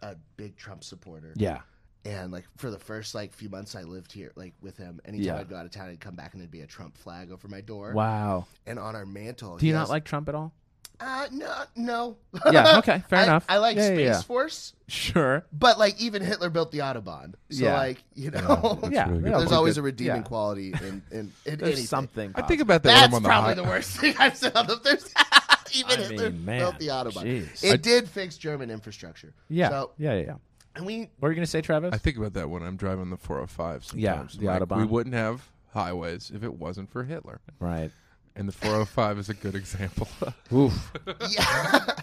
Speaker 2: a big Trump supporter.
Speaker 3: Yeah,
Speaker 2: And like for the first like few months I lived here like with him, anytime
Speaker 3: Yeah.
Speaker 2: I'd go out of town, I'd come back and there'd be a Trump flag over my door.
Speaker 3: wow.
Speaker 2: And on our mantle,
Speaker 3: Do you
Speaker 2: he
Speaker 3: not
Speaker 2: has-
Speaker 3: like Trump at all?
Speaker 2: Uh, no, no. [laughs]
Speaker 3: Yeah, okay, fair
Speaker 2: I-
Speaker 3: enough.
Speaker 2: I like
Speaker 3: Yeah, yeah,
Speaker 2: Space
Speaker 3: yeah.
Speaker 2: Force,
Speaker 3: Sure.
Speaker 2: but like even Hitler built the Autobahn. So
Speaker 3: Yeah.
Speaker 2: like you know,
Speaker 3: yeah,
Speaker 4: really good.
Speaker 3: yeah,
Speaker 2: there's
Speaker 3: we're
Speaker 2: always
Speaker 3: good.
Speaker 2: a redeeming
Speaker 3: Yeah.
Speaker 2: quality in in, in
Speaker 3: [laughs] There's
Speaker 2: anything.
Speaker 3: something.
Speaker 4: I
Speaker 3: positive.
Speaker 4: think about that
Speaker 2: That's
Speaker 4: when I'm on the
Speaker 2: probably
Speaker 4: high-
Speaker 2: the worst thing I've said on the there's [laughs] even
Speaker 3: I
Speaker 2: Hitler
Speaker 3: mean, man,
Speaker 2: built the Autobahn.
Speaker 3: jeez.
Speaker 2: It
Speaker 3: I-
Speaker 2: did fix German infrastructure.
Speaker 3: Yeah.
Speaker 2: So
Speaker 3: yeah, yeah, yeah.
Speaker 2: and
Speaker 3: [laughs]
Speaker 2: we
Speaker 3: What were you gonna say, Travis?
Speaker 4: I think about that when I'm driving the 405 sometimes.
Speaker 3: Yeah,
Speaker 4: I'm
Speaker 3: the
Speaker 4: like,
Speaker 3: Autobahn.
Speaker 4: We wouldn't have highways if it wasn't for Hitler.
Speaker 3: right.
Speaker 4: And the 405 is a
Speaker 3: [laughs]
Speaker 4: good example. [laughs]
Speaker 3: Oof. Uh,
Speaker 2: yeah.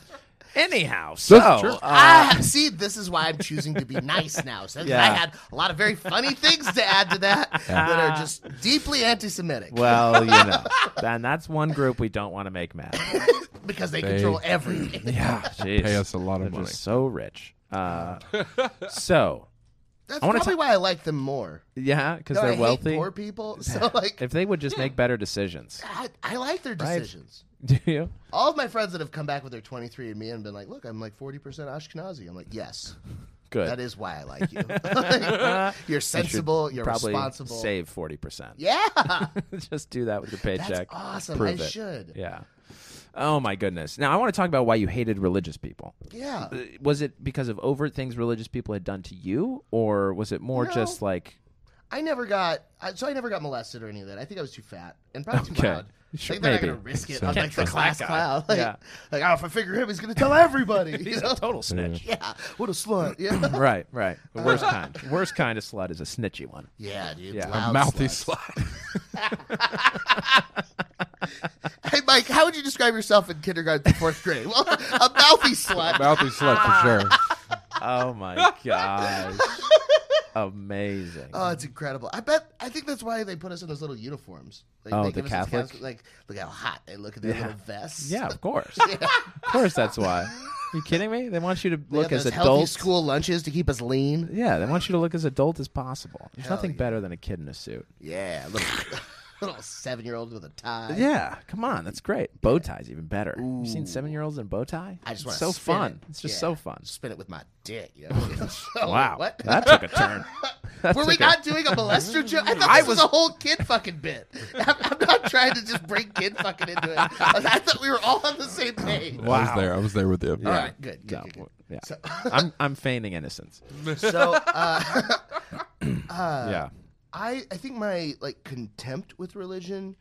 Speaker 3: Anyhow, so
Speaker 4: true.
Speaker 3: uh,
Speaker 2: [laughs] Ah, see, this is why I'm choosing to be nice now. So
Speaker 3: Yeah.
Speaker 2: I had a lot of very funny things to add to that that are just deeply anti-Semitic.
Speaker 3: well, you know, and that's one group we don't want to make mad.
Speaker 2: because they,
Speaker 4: They-
Speaker 2: control everything.
Speaker 3: [laughs] Yeah, jeez.
Speaker 4: [laughs] Pay us a lot
Speaker 3: They're
Speaker 4: of money.
Speaker 3: just so rich.
Speaker 4: [laughs]
Speaker 3: Uh, so
Speaker 2: That's
Speaker 3: wanna
Speaker 2: probably why I like them more.
Speaker 3: yeah, because
Speaker 2: No, I
Speaker 3: they're
Speaker 2: hate
Speaker 3: wealthy.
Speaker 2: poor
Speaker 3: [laughs]
Speaker 2: people. So like,
Speaker 3: If they would just make better decisions, [laughs]
Speaker 2: I, I like their decisions.
Speaker 3: do you?
Speaker 2: All of my friends that have come back with their 23 and me and been like, "Look, I'm like 40% Ashkenazi." I'm like, "Yes,
Speaker 3: Good.
Speaker 2: that is why I [laughs] like
Speaker 3: [laughs]
Speaker 2: you. you're sensible. You're
Speaker 3: Probably
Speaker 2: responsible.
Speaker 3: save forty percent.
Speaker 2: Yeah,
Speaker 3: [laughs] just do that with your
Speaker 2: that's
Speaker 3: paycheck.
Speaker 2: awesome.
Speaker 3: Prove
Speaker 2: I
Speaker 3: it.
Speaker 2: should.
Speaker 3: Yeah. Oh my goodness. Now I want to talk about why you hated religious people.
Speaker 2: Yeah.
Speaker 3: Uh, Was it because of overt things religious people had done to you, or was it more
Speaker 2: No. [laughs]
Speaker 3: just like
Speaker 2: I never got I- so I never got molested or any of that. I think I was too fat and probably too
Speaker 3: Okay.
Speaker 2: loud.
Speaker 3: Sure,
Speaker 2: like they're
Speaker 3: maybe.
Speaker 2: not gonna risk it
Speaker 3: So-
Speaker 2: on
Speaker 3: Can't
Speaker 2: like the
Speaker 3: trust
Speaker 2: class
Speaker 3: that guy.
Speaker 2: clown. [laughs] Like,
Speaker 3: Yeah.
Speaker 2: like, oh, if I figure him, he's gonna tell everybody. you know?
Speaker 3: total snitch?
Speaker 2: Yeah, what a slut. Yeah,
Speaker 3: [laughs] Right, right. The worst kind. Worst kind of slut is a snitchy one.
Speaker 2: yeah, dude.
Speaker 3: Yeah. A
Speaker 2: loud
Speaker 4: Mouthy
Speaker 2: slut.
Speaker 4: slide.
Speaker 2: Hey, Mike, how would you describe yourself in kindergarten to fourth grade? Well, a mouthy
Speaker 3: [laughs]
Speaker 2: slut.
Speaker 4: [laughs] Mouthy slut for sure.
Speaker 3: Oh my
Speaker 2: [laughs]
Speaker 3: gosh. Amazing.
Speaker 2: Oh, it's incredible. I bet. I think that's why they put us in those little uniforms. Like,
Speaker 3: Oh,
Speaker 2: they
Speaker 3: the
Speaker 2: give us those
Speaker 3: Catholic?
Speaker 2: Catholic- Like, look how hot they look in their little vests.
Speaker 3: yeah,
Speaker 2: [laughs]
Speaker 3: of course. Of course that's why. You kidding me? They want you to
Speaker 2: They
Speaker 3: look
Speaker 2: have
Speaker 3: as
Speaker 2: those healthy
Speaker 3: adult.
Speaker 2: school lunches to keep us lean.
Speaker 3: Yeah, they want you to look as adult as possible. There's
Speaker 2: Hell
Speaker 3: nothing
Speaker 2: yeah.
Speaker 3: better than a kid in a suit.
Speaker 2: Yeah, little, [laughs] little seven year old with a tie.
Speaker 3: Yeah, come on, that's great. Bow ties even better. You've seen seven year olds in bow tie?
Speaker 2: I just
Speaker 3: it's
Speaker 2: want
Speaker 3: so fun. It's just so fun.
Speaker 2: Spin it with my dick. You
Speaker 3: [laughs]
Speaker 2: know? [laughs] So,
Speaker 3: Wow,
Speaker 2: What?
Speaker 3: that took
Speaker 2: [laughs]
Speaker 3: a turn. That
Speaker 2: Were we
Speaker 3: took a-
Speaker 2: not
Speaker 3: [laughs]
Speaker 2: doing a molester joke? I thought this
Speaker 3: I
Speaker 2: was
Speaker 3: was-
Speaker 2: a whole kid fucking bit. [laughs] I'm, I'm not trying to just bring kid fucking into it. I thought we were all on the same page.
Speaker 4: I was there. I was there with you.
Speaker 2: All right, good, good,
Speaker 3: No,
Speaker 2: good,
Speaker 3: [laughs]
Speaker 2: good.
Speaker 3: yeah.
Speaker 2: So-
Speaker 3: I'm I'm feigning innocence.
Speaker 2: So uh,
Speaker 3: yeah,
Speaker 2: I, I think my like contempt with religion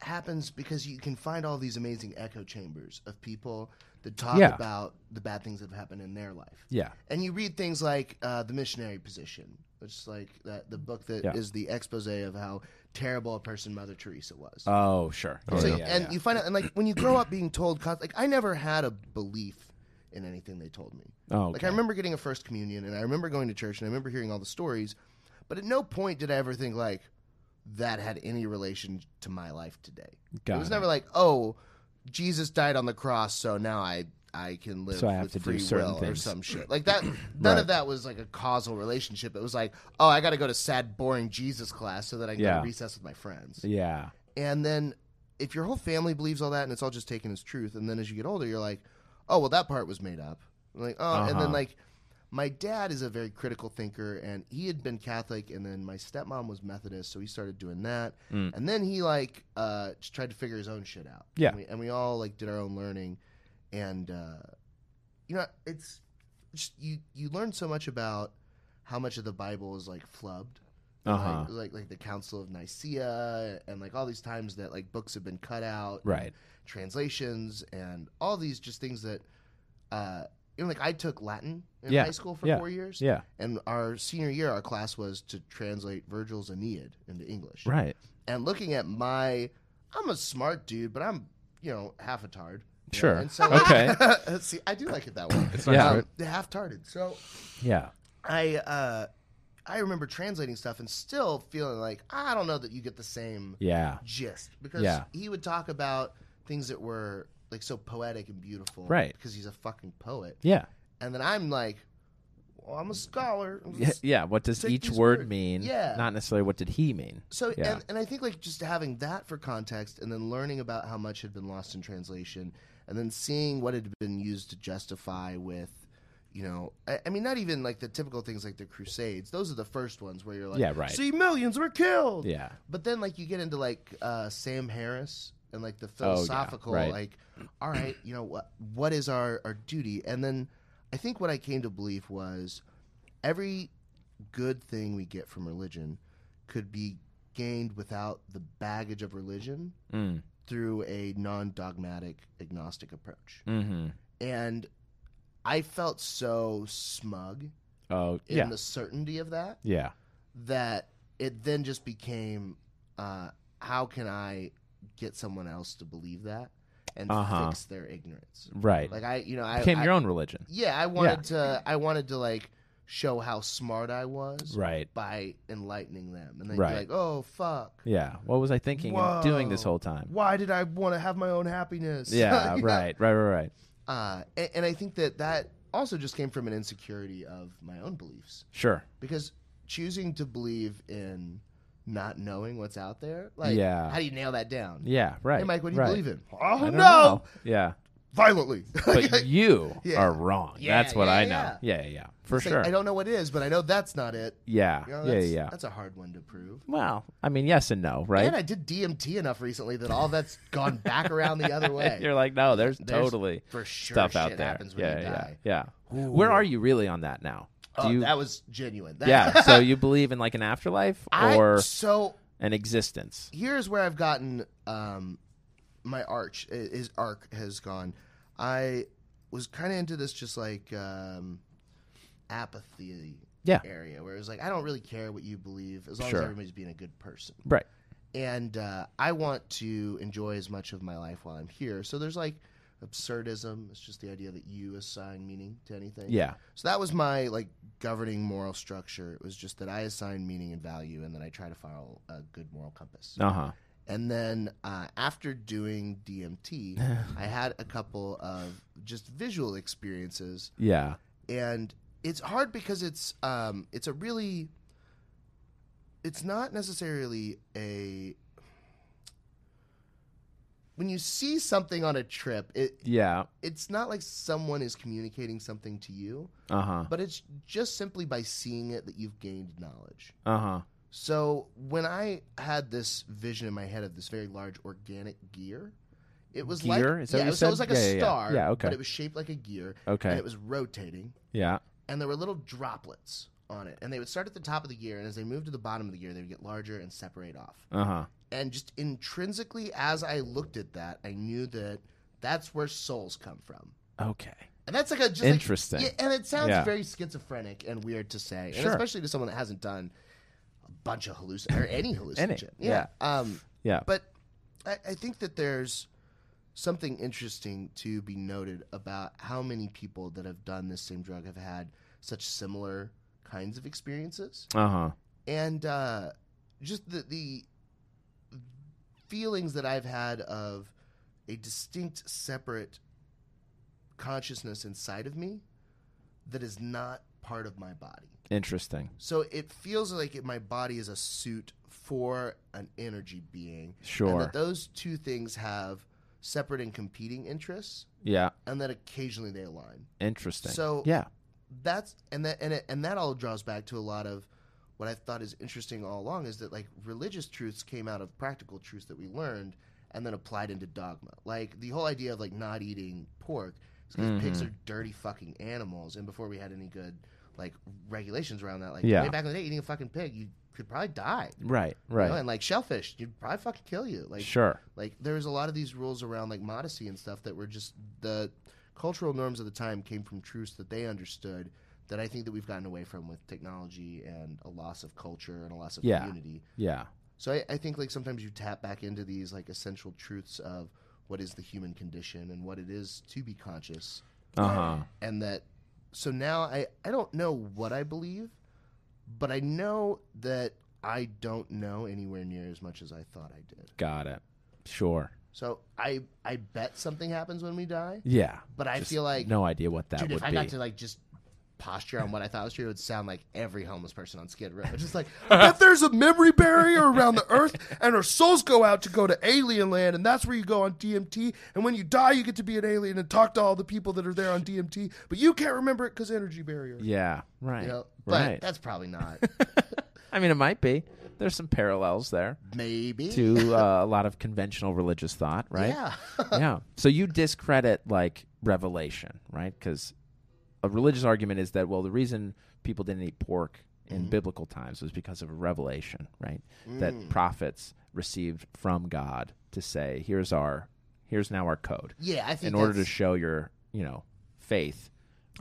Speaker 2: happens because you can find all these amazing echo chambers of people that talk
Speaker 3: Yeah.
Speaker 2: about the bad things that have happened in their life.
Speaker 3: yeah,
Speaker 2: and you read things like uh, the missionary position which is like that the book that is
Speaker 3: Yeah.
Speaker 2: the expose of how terrible a person mother teresa was
Speaker 3: Oh sure.
Speaker 2: so,
Speaker 3: yeah.
Speaker 2: you- and you find out and like when you grow up being told const- like i never had a belief in anything they told me
Speaker 3: Oh,
Speaker 2: like
Speaker 3: okay.
Speaker 2: i remember getting a first communion and i remember going to church and i remember hearing all the stories but at no point did i ever think like that had any relation to my life today it
Speaker 3: Got
Speaker 2: was
Speaker 3: it.
Speaker 2: never like oh jesus died on the cross so now i I can live
Speaker 3: So I have
Speaker 2: with
Speaker 3: to do
Speaker 2: free
Speaker 3: certain
Speaker 2: will or
Speaker 3: things.
Speaker 2: some shit. Like
Speaker 3: [clears throat]
Speaker 2: that none
Speaker 3: Right.
Speaker 2: of that was like a causal relationship. It was like, oh, I gotta go to sad, boring Jesus class so that I can go
Speaker 3: Yeah.
Speaker 2: to recess with my friends.
Speaker 3: yeah.
Speaker 2: And then if your whole family believes all that and it's all just taken as truth, and then as you get older, you're like, oh well that part was made up. I'm like oh, and then like my dad is a very critical thinker, and he had been Catholic, and then my stepmom was Methodist, so he started doing that, and then he like uh, just tried to figure his own shit out.
Speaker 3: Yeah.
Speaker 2: and we, and we all like did our own learning, and uh, you know it's just, you you learn so much about how much of the Bible is like flubbed.
Speaker 3: Uh-huh.
Speaker 2: Like, like like the Council of Nicaea and like all these times that like books have been cut out,
Speaker 3: Right.
Speaker 2: and translations and all these just things that, uh, you know, like I took Latin in
Speaker 3: Yeah.
Speaker 2: high school for
Speaker 3: Yeah.
Speaker 2: four years,
Speaker 3: Yeah.
Speaker 2: and our senior year our class was to translate Virgil's Aeneid into English,
Speaker 3: Right.
Speaker 2: and looking at my, I'm a smart dude, but I'm you know half a tard, you know,
Speaker 3: Sure.
Speaker 2: and so like-
Speaker 3: Okay.
Speaker 2: [laughs] see, I do like it that way,
Speaker 3: Yeah.
Speaker 2: Um, half tarded, so.
Speaker 3: Yeah.
Speaker 2: I uh, I remember translating stuff and still feeling like I don't know that you get the same
Speaker 3: Yeah.
Speaker 2: gist because
Speaker 3: Yeah.
Speaker 2: he would talk about things that were like so poetic and beautiful,
Speaker 3: Right.
Speaker 2: Because he's a fucking poet,
Speaker 3: Yeah.
Speaker 2: and then I'm like, well, I'm a scholar. I'm
Speaker 3: Yeah. yeah. What does
Speaker 2: Take
Speaker 3: each
Speaker 2: these
Speaker 3: word
Speaker 2: words.
Speaker 3: mean?
Speaker 2: Yeah.
Speaker 3: Not necessarily what did he mean.
Speaker 2: So
Speaker 3: Yeah.
Speaker 2: and, and I think like just having that for context and then learning about how much had been lost in translation and then seeing what had been used to justify with you know I, I mean not even like the typical things like the crusades those are the first ones where you're like
Speaker 3: Yeah, right.
Speaker 2: see millions were killed
Speaker 3: Yeah.
Speaker 2: but then like you get into like uh, Sam Harris and like the
Speaker 3: Oh, yeah,
Speaker 2: philosophical
Speaker 3: right.
Speaker 2: like all right you know what what is our our duty and then I think what I came to believe was every good thing we get from religion could be gained without the baggage of religion
Speaker 3: Mm.
Speaker 2: through a non-dogmatic agnostic approach
Speaker 3: Mm-hmm.
Speaker 2: and I felt so smug
Speaker 3: Oh,
Speaker 2: in
Speaker 3: yeah.
Speaker 2: the certainty of that
Speaker 3: yeah.
Speaker 2: that it then just became uh, how can I get someone else to believe that and
Speaker 3: Uh-huh.
Speaker 2: fix their ignorance?
Speaker 3: Right.
Speaker 2: Like I, you know, I
Speaker 3: Became
Speaker 2: I-
Speaker 3: your own religion.
Speaker 2: Yeah, I wanted to. I wanted to like show how smart I was
Speaker 3: Right.
Speaker 2: by enlightening them, and they'd
Speaker 3: Right.
Speaker 2: be like, "Oh fuck,
Speaker 3: Yeah. What was I thinking and doing this
Speaker 2: Whoa. [laughs]
Speaker 3: whole time?
Speaker 2: why did I want to have my own happiness?" [laughs]
Speaker 3: Yeah.
Speaker 2: You know?
Speaker 3: right. Right. Right. Right.
Speaker 2: Uh, and, and I think that that also just came from an insecurity of my own beliefs
Speaker 3: Sure.
Speaker 2: because choosing to believe in not knowing what's out there, like,
Speaker 3: Yeah.
Speaker 2: how do you nail that down?
Speaker 3: Yeah. Right.
Speaker 2: Hey, Mike, what do you
Speaker 3: right.
Speaker 2: believe in? Oh
Speaker 3: I
Speaker 2: no,
Speaker 3: don't know.
Speaker 2: [laughs]
Speaker 3: Yeah.
Speaker 2: violently.
Speaker 3: [laughs]
Speaker 2: [laughs]
Speaker 3: But you
Speaker 2: Yeah.
Speaker 3: are wrong.
Speaker 2: Yeah,
Speaker 3: that's what
Speaker 2: yeah,
Speaker 3: I
Speaker 2: yeah.
Speaker 3: know. Yeah. Yeah. yeah. For
Speaker 2: It's like,
Speaker 3: sure.
Speaker 2: I don't know what it is, but I know that's not it.
Speaker 3: yeah.
Speaker 2: You know,
Speaker 3: yeah.
Speaker 2: that's,
Speaker 3: Yeah.
Speaker 2: That's a hard one to prove.
Speaker 3: Well, I mean, yes and no, right?
Speaker 2: And I did DMT enough recently that all that's gone back around the
Speaker 3: [laughs]
Speaker 2: other way.
Speaker 3: You're like, no, there's,
Speaker 2: There's
Speaker 3: totally
Speaker 2: for sure
Speaker 3: stuff
Speaker 2: shit
Speaker 3: out there.
Speaker 2: happens when
Speaker 3: yeah,
Speaker 2: you
Speaker 3: yeah,
Speaker 2: die.
Speaker 3: yeah. Where are you really on that now? Do
Speaker 2: Oh,
Speaker 3: you,
Speaker 2: that was genuine. That, [laughs]
Speaker 3: yeah. so you believe in like an afterlife
Speaker 2: I-
Speaker 3: or
Speaker 2: so
Speaker 3: an existence?
Speaker 2: here's where I've gotten um, my arch i- is arc has gone. I was kind of into this just like um, apathy
Speaker 3: Yeah.
Speaker 2: area where it was like I don't really care what you believe as long
Speaker 3: Sure.
Speaker 2: as everybody's being a good person.
Speaker 3: Right.
Speaker 2: And uh, I want to enjoy as much of my life while I'm here. So there's like absurdism. It's just the idea that you assign meaning to anything.
Speaker 3: Yeah.
Speaker 2: So that was my like governing moral structure. It was just that I assign meaning and value, and then I try to follow a good moral compass.
Speaker 3: Uh huh.
Speaker 2: And then uh, after doing DMT, I had a couple of just visual experiences,
Speaker 3: Yeah.
Speaker 2: and it's hard because it's um, it's a really it's not necessarily a when you see something on a trip, it
Speaker 3: Yeah.
Speaker 2: it's not like someone is communicating something to you,
Speaker 3: Uh huh.
Speaker 2: but it's just simply by seeing it that you've gained knowledge.
Speaker 3: Uh huh.
Speaker 2: So when I had this vision in my head of this very large organic gear, it was
Speaker 3: Gear?
Speaker 2: like
Speaker 3: Is that what
Speaker 2: yeah,
Speaker 3: you
Speaker 2: so it was
Speaker 3: said?
Speaker 2: like
Speaker 3: Yeah, yeah,
Speaker 2: a
Speaker 3: yeah.
Speaker 2: star,
Speaker 3: Yeah, okay.
Speaker 2: but it was shaped like a gear,
Speaker 3: Okay.
Speaker 2: and it was rotating,
Speaker 3: Yeah.
Speaker 2: and there were little droplets on it, and they would start at the top of the gear, and as they moved to the bottom of the gear, they would get larger and separate off.
Speaker 3: Uh huh.
Speaker 2: And just intrinsically, as I looked at that, I knew that that's where souls come from.
Speaker 3: Okay.
Speaker 2: And that's like a just
Speaker 3: Interesting.
Speaker 2: Like, yeah, and it sounds
Speaker 3: Yeah.
Speaker 2: very schizophrenic and weird to say, and
Speaker 3: Sure.
Speaker 2: especially to someone that hasn't done a bunch of hallucin or any hallucinogen.
Speaker 3: yeah.
Speaker 2: Um,
Speaker 3: Yeah.
Speaker 2: but I, I think that there's something interesting to be noted about how many people that have done this same drug have had such similar kinds of experiences,
Speaker 3: Uh huh.
Speaker 2: and uh, just the the feelings that I've had of a distinct, separate consciousness inside of me that is not part of my body.
Speaker 3: Interesting.
Speaker 2: So it feels like it, my body is a suit for an energy being. And
Speaker 3: Sure.
Speaker 2: that those two things have separate and competing interests,
Speaker 3: Yeah.
Speaker 2: and then occasionally they align.
Speaker 3: Interesting.
Speaker 2: So-
Speaker 3: yeah.
Speaker 2: that's and that and it, and that all draws back to a lot of what I thought is interesting all along is that like religious truths came out of practical truths that we learned and then applied into dogma. Like the whole idea of like not eating pork is because
Speaker 3: Mm-hmm.
Speaker 2: pigs are dirty fucking animals, and before we had any good like regulations around that, like
Speaker 3: Yeah.
Speaker 2: way back in the day, eating a fucking pig, you could probably die. you
Speaker 3: Right.
Speaker 2: know?
Speaker 3: Right.
Speaker 2: and like shellfish, you'd probably fucking kill you. Like
Speaker 3: sure.
Speaker 2: like there was a lot of these rules around like modesty and stuff that were just the cultural norms of the time came from truths that they understood that I think that we've gotten away from with technology and a loss of culture and a loss of
Speaker 3: Yeah.
Speaker 2: community.
Speaker 3: Yeah.
Speaker 2: So I, I think like sometimes you tap back into these like essential truths of what is the human condition and what it is to be conscious
Speaker 3: Uh huh.
Speaker 2: and that so now I, I don't know what I believe, but I know that I don't know anywhere near as much as I thought I did.
Speaker 3: Got it. Sure.
Speaker 2: So I I bet something happens when we die,
Speaker 3: Yeah.
Speaker 2: but I
Speaker 3: Just
Speaker 2: feel like
Speaker 3: no idea what that
Speaker 2: dude,
Speaker 3: would
Speaker 2: if I
Speaker 3: be.
Speaker 2: got to like just posture on what I thought was true, it would sound like every homeless person on Skid Row. [laughs] It's just
Speaker 3: [laughs]
Speaker 2: like I bet there's a memory barrier around the earth, and our souls go out to go to alien land, and that's where you go on DMT. And when you die, you get to be an alien and talk to all the people that are there on DMT, but you can't remember it because energy barrier.
Speaker 3: yeah. Right.
Speaker 2: You know? But
Speaker 3: right.
Speaker 2: that's probably not.
Speaker 3: [laughs] I mean, it might be. There's some parallels there
Speaker 2: Maybe.
Speaker 3: to uh, a lot of conventional religious thought, right?
Speaker 2: Yeah. [laughs]
Speaker 3: yeah. So you discredit like revelation, right? Because a religious argument is that well, the reason people didn't eat pork in
Speaker 2: Mm-hmm.
Speaker 3: biblical times was because of a revelation, right?
Speaker 2: Mm.
Speaker 3: That prophets received from God to say, "Here's our, here's now our code."
Speaker 2: yeah, I think
Speaker 3: in order to
Speaker 2: that's-
Speaker 3: show your, you know, faith.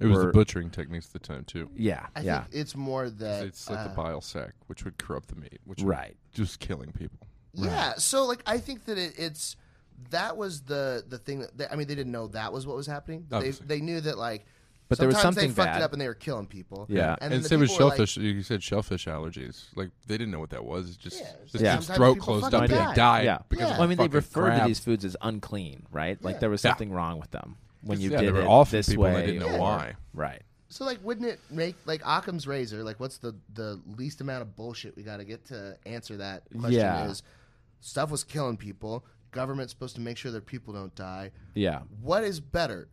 Speaker 4: It was the
Speaker 3: Or-
Speaker 4: butchering techniques at the time too.
Speaker 3: Yeah.
Speaker 2: I
Speaker 3: yeah.
Speaker 2: think it's more that
Speaker 4: It's like
Speaker 2: uh,
Speaker 4: the bile sac, which would corrupt the meat, which would-
Speaker 3: right.
Speaker 4: just killing people.
Speaker 2: Yeah. So like, I think that it, it's that was the the thing that they, I mean they didn't know that was what was happening. They,
Speaker 4: Obviously.
Speaker 2: they knew that like,
Speaker 3: But there was
Speaker 2: sometimes they
Speaker 3: something
Speaker 2: fucked
Speaker 3: bad.
Speaker 2: it up and they were killing people.
Speaker 3: Yeah.
Speaker 4: and,
Speaker 2: then the
Speaker 4: same with
Speaker 2: people were
Speaker 4: shellfish. you said shellfish allergies. Like they didn't know what that was. It's just
Speaker 2: Yeah,
Speaker 4: just
Speaker 3: Yeah.
Speaker 4: his
Speaker 2: sometimes
Speaker 4: throat
Speaker 2: people
Speaker 4: closed
Speaker 2: fucking
Speaker 4: up and
Speaker 2: die.
Speaker 4: he died
Speaker 3: Yeah.
Speaker 4: because
Speaker 2: Yeah.
Speaker 4: of
Speaker 3: Well, I mean, they
Speaker 4: fucking
Speaker 3: refer to
Speaker 4: crab.
Speaker 3: these foods as unclean, right? Like
Speaker 2: Yeah.
Speaker 3: there was
Speaker 4: Yeah.
Speaker 3: something wrong with them when you
Speaker 4: Yeah, they
Speaker 3: did
Speaker 4: were
Speaker 3: it
Speaker 4: off with
Speaker 3: this
Speaker 4: people
Speaker 3: way.
Speaker 4: and they didn't know
Speaker 3: or-
Speaker 4: why.
Speaker 3: Right.
Speaker 2: So like, wouldn't it make like Occam's razor? Like, what's the the least amount of bullshit we got to get to answer that question?
Speaker 3: Yeah.
Speaker 2: Is stuff was killing people. Government's supposed to make sure their people don't die.
Speaker 3: Yeah.
Speaker 2: what is better?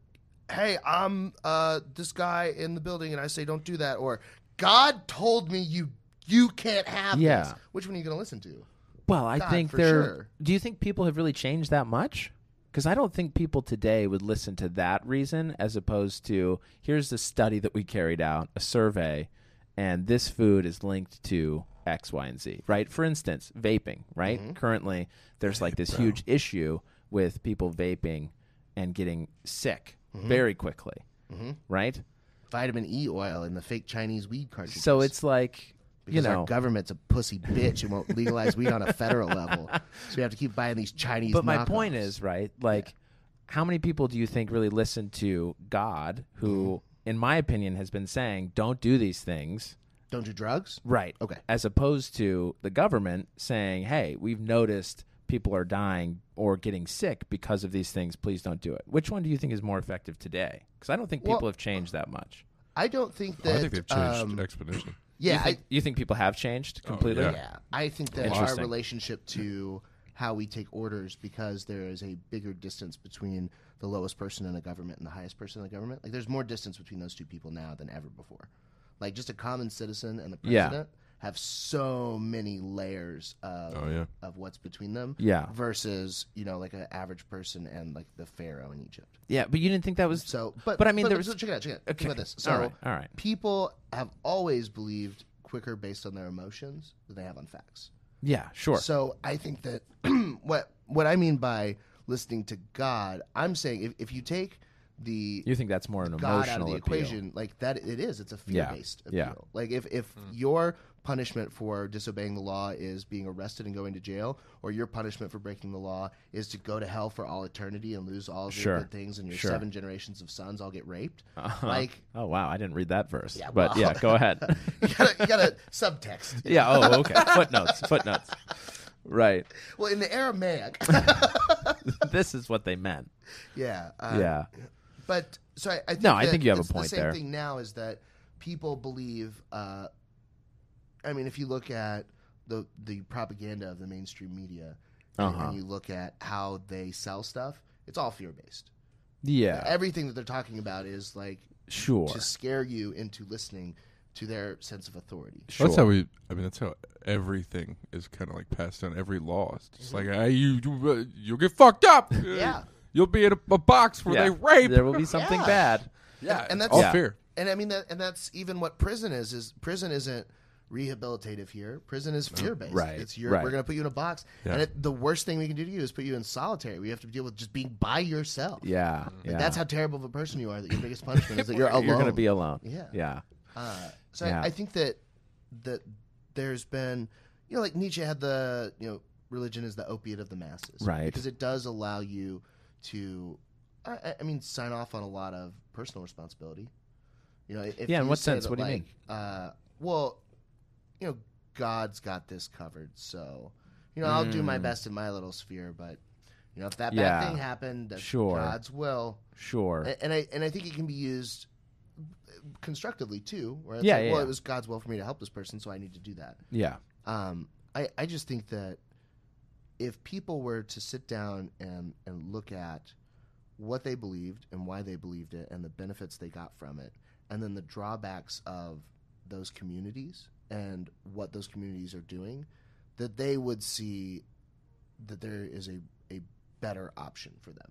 Speaker 2: Hey, I'm uh, this guy in the building, and I say don't do that, or God told me you you can't have this.
Speaker 3: Yeah.
Speaker 2: Which one are you going to listen to?
Speaker 3: Well, I
Speaker 2: God,
Speaker 3: think
Speaker 2: for
Speaker 3: they're.
Speaker 2: sure.
Speaker 3: Do you think people have really changed that much? Because I don't think people today would listen to that reason as opposed to here's the study that we carried out, a survey, and this food is linked to X, Y, and Z, right? For instance, vaping, right?
Speaker 2: Mm-hmm.
Speaker 3: Currently, there's like this huge issue with people vaping and getting sick
Speaker 2: Mm-hmm.
Speaker 3: very quickly, right?
Speaker 2: Vitamin E oil and the fake Chinese weed cartridges.
Speaker 3: So it's like,
Speaker 2: because
Speaker 3: you know,
Speaker 2: our government's a pussy bitch and won't legalize weed on a federal
Speaker 3: [laughs]
Speaker 2: level, so we have to keep buying these Chinese.
Speaker 3: But my
Speaker 2: knockoffs.
Speaker 3: point is, right? Like, how many people do you think really listen to God, who,
Speaker 2: Mm-hmm.
Speaker 3: in my opinion, has been saying, don't do these things?
Speaker 2: don't do drugs.
Speaker 3: Right.
Speaker 2: Okay.
Speaker 3: As opposed to the government saying, hey, we've noticed people are dying or getting sick because of these things. Please don't do it. Which one do you think is more effective today? Because I don't think people
Speaker 2: Well-
Speaker 3: have changed that much.
Speaker 2: I don't think that.
Speaker 4: I think they've changed
Speaker 2: um,
Speaker 4: exponentially.
Speaker 2: yeah, I,
Speaker 3: You think people have changed completely?
Speaker 4: yeah.
Speaker 2: Yeah, I think that our
Speaker 3: Interesting.
Speaker 2: relationship to how we take orders because there is a bigger distance between the lowest person in the government and the highest person in the government. Like, there's more distance between those two people now than ever before. Like, just a common citizen and the
Speaker 3: Yeah.
Speaker 2: president have so many layers of
Speaker 4: Oh, yeah.
Speaker 2: of what's between them.
Speaker 3: Yeah.
Speaker 2: versus you know like an average person and like the pharaoh in Egypt.
Speaker 3: Yeah, but you didn't think that was.
Speaker 2: So, but
Speaker 3: But I mean,
Speaker 2: but,
Speaker 3: there was-
Speaker 2: so check it out. Check it out. Think
Speaker 3: Okay.
Speaker 2: about this. So,
Speaker 3: All right, all right.
Speaker 2: People have always believed quicker based on their emotions than they have on facts.
Speaker 3: yeah, sure.
Speaker 2: So I think that [clears throat] what what I mean by listening to God, I'm saying if, if you take the
Speaker 3: you think that's more an
Speaker 2: God out of
Speaker 3: emotional
Speaker 2: the
Speaker 3: appeal.
Speaker 2: equation, like that it is, it's a fear based appeal.
Speaker 3: Yeah.
Speaker 2: Like if if your punishment for disobeying the law is being arrested and going to jail, or your punishment for breaking the law is to go to hell for all eternity and lose all of your
Speaker 3: Sure.
Speaker 2: good things and your
Speaker 3: Sure.
Speaker 2: seven generations of sons all get raped,
Speaker 3: [laughs]
Speaker 2: like [laughs]
Speaker 3: Oh wow, I didn't read that verse.
Speaker 2: Yeah,
Speaker 3: but
Speaker 2: well-
Speaker 3: yeah, go
Speaker 2: [laughs]
Speaker 3: ahead. [laughs]
Speaker 2: you gotta you gotta subtext.
Speaker 3: yeah. Oh, okay. Footnotes. Footnotes. Right. [laughs]
Speaker 2: Well, in the Aramaic, [laughs]
Speaker 3: This is what they meant.
Speaker 2: yeah, uh,
Speaker 3: Yeah.
Speaker 2: But so I, I think
Speaker 3: No, I
Speaker 2: that
Speaker 3: think you have a
Speaker 2: it's
Speaker 3: point
Speaker 2: The same
Speaker 3: there.
Speaker 2: thing now is that people believe. Uh, I mean, if you look at the the propaganda of the mainstream media, and-
Speaker 3: Uh-huh.
Speaker 2: and you look at how they sell stuff, It's all fear based.
Speaker 3: Yeah,
Speaker 2: Everything that they're talking about is like
Speaker 3: sure.
Speaker 2: to scare you into listening to their sense of authority.
Speaker 3: sure.
Speaker 4: That's how we. I mean, that's how everything is kind of like passed down. Every law, it's just like hey, you, you uh, you'll get fucked up. Uh,
Speaker 2: Mm-hmm. [laughs] Yeah.
Speaker 4: you'll be in a, a box where
Speaker 3: Yeah.
Speaker 4: they rape.
Speaker 3: There will be something
Speaker 2: Yeah.
Speaker 3: bad.
Speaker 4: yeah,
Speaker 2: and
Speaker 4: it's
Speaker 2: that's-
Speaker 4: all
Speaker 3: Yeah.
Speaker 4: fear.
Speaker 2: And I mean that, and that's even what prison is. Is prison isn't rehabilitative here. Prison is fear based.
Speaker 3: Right,
Speaker 2: It's your,
Speaker 3: right.
Speaker 2: we're going to put you in a box,
Speaker 4: Yeah.
Speaker 2: and it, the worst thing we can do to you is put you in solitary. We have to deal with just being by yourself.
Speaker 3: Yeah, yeah.
Speaker 2: Mm. That's how terrible of a person you are. That your biggest punishment is that you're alone.
Speaker 3: [laughs] you're going to be alone.
Speaker 2: Yeah.
Speaker 3: yeah,
Speaker 2: Uh, so
Speaker 3: Yeah.
Speaker 2: I, I think that that there's been, you know, like Nietzsche had the, you know, religion is the opiate of the masses,
Speaker 3: Right.
Speaker 2: Because it does allow you to, I- I, I mean, sign off on a lot of personal responsibility. You know, if
Speaker 3: Yeah, in
Speaker 2: you
Speaker 3: what
Speaker 2: say
Speaker 3: sense?
Speaker 2: that,
Speaker 3: What do you
Speaker 2: like, Uh, well, you know, God's got this covered, so you know, I'll do my best in my little sphere, but. You know, if that bad
Speaker 3: Mm. Yeah.
Speaker 2: thing happened, that's
Speaker 3: Sure.
Speaker 2: God's will.
Speaker 3: sure.
Speaker 2: A- and I and I think it can be used constructively too. Where it's
Speaker 3: Yeah,
Speaker 2: like,
Speaker 3: yeah,
Speaker 2: well,
Speaker 3: yeah.
Speaker 2: it was God's will for me to help this person, so I need to do that.
Speaker 3: yeah,
Speaker 2: Um, I I just think that if people were to sit down and and look at what they believed and why they believed it and the benefits they got from it, and then the drawbacks of those communities and what those communities are doing, that they would see that there is a, a better option for them.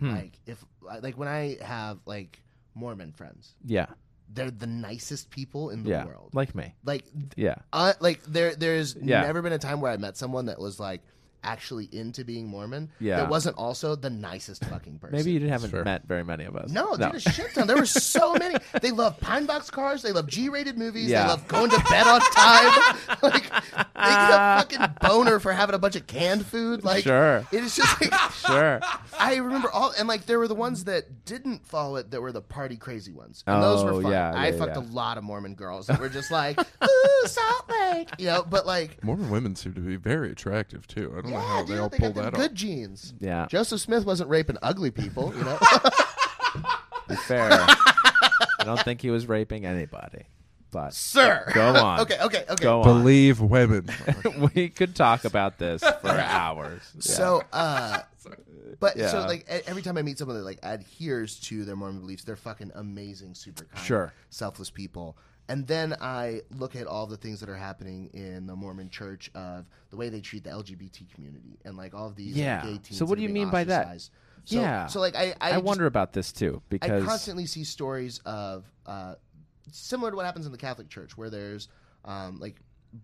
Speaker 2: Like if like when I have like Mormon friends,
Speaker 3: yeah,
Speaker 2: they're the nicest people in the
Speaker 3: yeah.
Speaker 2: world. Like,
Speaker 3: Like me.
Speaker 2: like
Speaker 3: Yeah,
Speaker 2: uh, like there there's
Speaker 3: Yeah.
Speaker 2: never been a time where I met someone that was like actually into being Mormon
Speaker 3: Yeah.
Speaker 2: that wasn't also the nicest fucking person.
Speaker 3: maybe you haven't
Speaker 4: Sure.
Speaker 3: met very many of us.
Speaker 2: no, dude, a shit ton. There were so
Speaker 3: [laughs]
Speaker 2: many. They love Pine Box cars. They love G-rated movies.
Speaker 3: Yeah.
Speaker 2: They love going to bed on time. [laughs] like, they get a fucking boner for having a bunch of canned food. Like,
Speaker 3: Ah. Sure.
Speaker 2: it is just like,
Speaker 3: sure.
Speaker 2: I remember all, and like there were the ones that didn't follow it that were the party crazy ones. And those
Speaker 3: Oh,
Speaker 2: were fun.
Speaker 3: yeah,
Speaker 2: I
Speaker 3: yeah,
Speaker 2: fucked
Speaker 3: yeah.
Speaker 2: a lot of Mormon girls that were just like, ooh, Salt Lake, you know. But like,
Speaker 4: [laughs] Mormon women seem to be very attractive too. I don't know
Speaker 2: yeah,
Speaker 4: how
Speaker 2: dude,
Speaker 4: Oh, they all
Speaker 2: they
Speaker 4: pull
Speaker 2: got them
Speaker 4: that off.
Speaker 2: good genes.
Speaker 3: Yeah.
Speaker 2: Joseph Smith wasn't raping ugly people, you
Speaker 4: [laughs]
Speaker 2: know. [laughs]
Speaker 3: Be fair. I don't think he was raping anybody, but
Speaker 2: Sir,
Speaker 3: [laughs] Go
Speaker 2: [laughs]
Speaker 3: on.
Speaker 2: okay, okay, okay.
Speaker 3: go on. [laughs]
Speaker 4: Believe women.
Speaker 3: we could talk about this
Speaker 2: [laughs]
Speaker 3: for hours.
Speaker 2: So,
Speaker 4: [laughs]
Speaker 2: uh, but so
Speaker 3: Yeah.
Speaker 2: like e- every time I meet someone that like adheres to their Mormon beliefs, they're fucking amazing, super kind,
Speaker 3: Sure.
Speaker 2: selfless people. And then I look at all the things that are happening in the Mormon Church of the way they treat the LGBT community and like all of these like,
Speaker 3: Yeah.
Speaker 2: gay teens.
Speaker 3: So
Speaker 2: that
Speaker 3: what do
Speaker 2: are
Speaker 3: you
Speaker 2: being
Speaker 3: mean by that?
Speaker 2: ostracized. So,
Speaker 3: Yeah.
Speaker 2: So like I I,
Speaker 3: I,
Speaker 2: just-
Speaker 3: wonder about this too because
Speaker 2: I constantly see stories of uh, similar to what happens in the Catholic Church, where there's um, like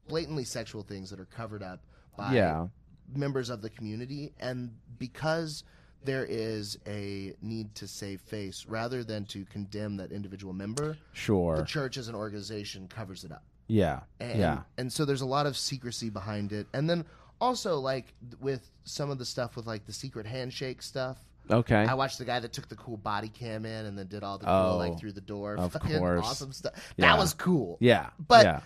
Speaker 2: blatantly sexual things that are covered up by
Speaker 3: Yeah.
Speaker 2: members of the community, and because there is a need to save face rather than to condemn that individual member, the
Speaker 3: sure,
Speaker 2: church as an organization covers it up.
Speaker 3: yeah,
Speaker 2: And,
Speaker 3: yeah,
Speaker 2: And so there's a lot of secrecy behind it, and then also like th- with some of the stuff with like the secret handshake stuff.
Speaker 3: okay,
Speaker 2: I watched the guy that took the cool body cam in and then did all the
Speaker 3: Oh,
Speaker 2: cool like through the door.
Speaker 3: of
Speaker 2: fucking
Speaker 3: course.
Speaker 2: Awesome stuff.
Speaker 3: Yeah.
Speaker 2: That was cool.
Speaker 3: yeah,
Speaker 2: But
Speaker 3: yeah.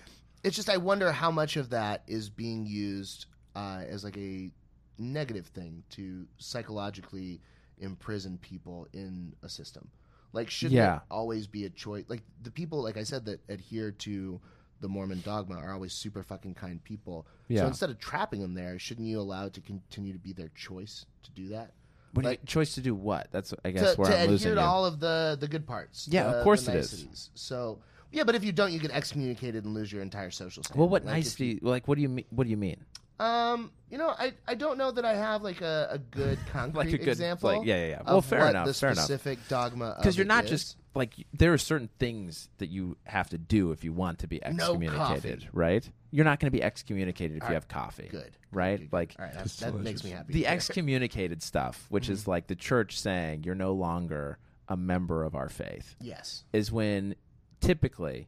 Speaker 2: it's just I wonder how much of that is being used uh, as like a negative thing to psychologically imprison people in a system. Like should
Speaker 3: Yeah.
Speaker 2: it always be a choice? Like the people, like I said, that adhere to the Mormon dogma are always super fucking kind people.
Speaker 3: Yeah.
Speaker 2: So instead of trapping them there, shouldn't you allow it to continue to be their choice to do that?
Speaker 3: What do you-
Speaker 2: like-
Speaker 3: choice to do what? That's I guess
Speaker 2: to,
Speaker 3: where
Speaker 2: to
Speaker 3: I'm
Speaker 2: adhere
Speaker 3: losing
Speaker 2: to
Speaker 3: you.
Speaker 2: all of the the good parts.
Speaker 3: Yeah,
Speaker 2: the-
Speaker 3: of course
Speaker 2: the
Speaker 3: it is.
Speaker 2: niceties. So yeah, but if you don't, you get excommunicated and lose your entire social. Standing.
Speaker 3: well, what
Speaker 2: Like, if
Speaker 3: nicety? Like, what do you mean? What do you mean?
Speaker 2: you- Um, you know, I I don't know that I have like a, a
Speaker 3: [laughs]
Speaker 2: good concrete
Speaker 3: Like a good-
Speaker 2: example.
Speaker 3: like, yeah, yeah, yeah.
Speaker 2: of
Speaker 3: Well, fair
Speaker 2: what
Speaker 3: enough,
Speaker 2: The
Speaker 3: fair enough.
Speaker 2: specific dogma
Speaker 3: Because
Speaker 2: because
Speaker 3: you're not just like y- there are certain things that you have to do if you want to be excommunicated, right? You're not going to be excommunicated if you have coffee,
Speaker 2: good.
Speaker 3: right? Like
Speaker 2: All right, that, that makes me happy.
Speaker 3: the excommunicated stuff, which is
Speaker 2: Mm-hmm.
Speaker 3: like the church saying you're no longer a member of our faith,
Speaker 2: yes,
Speaker 3: is when typically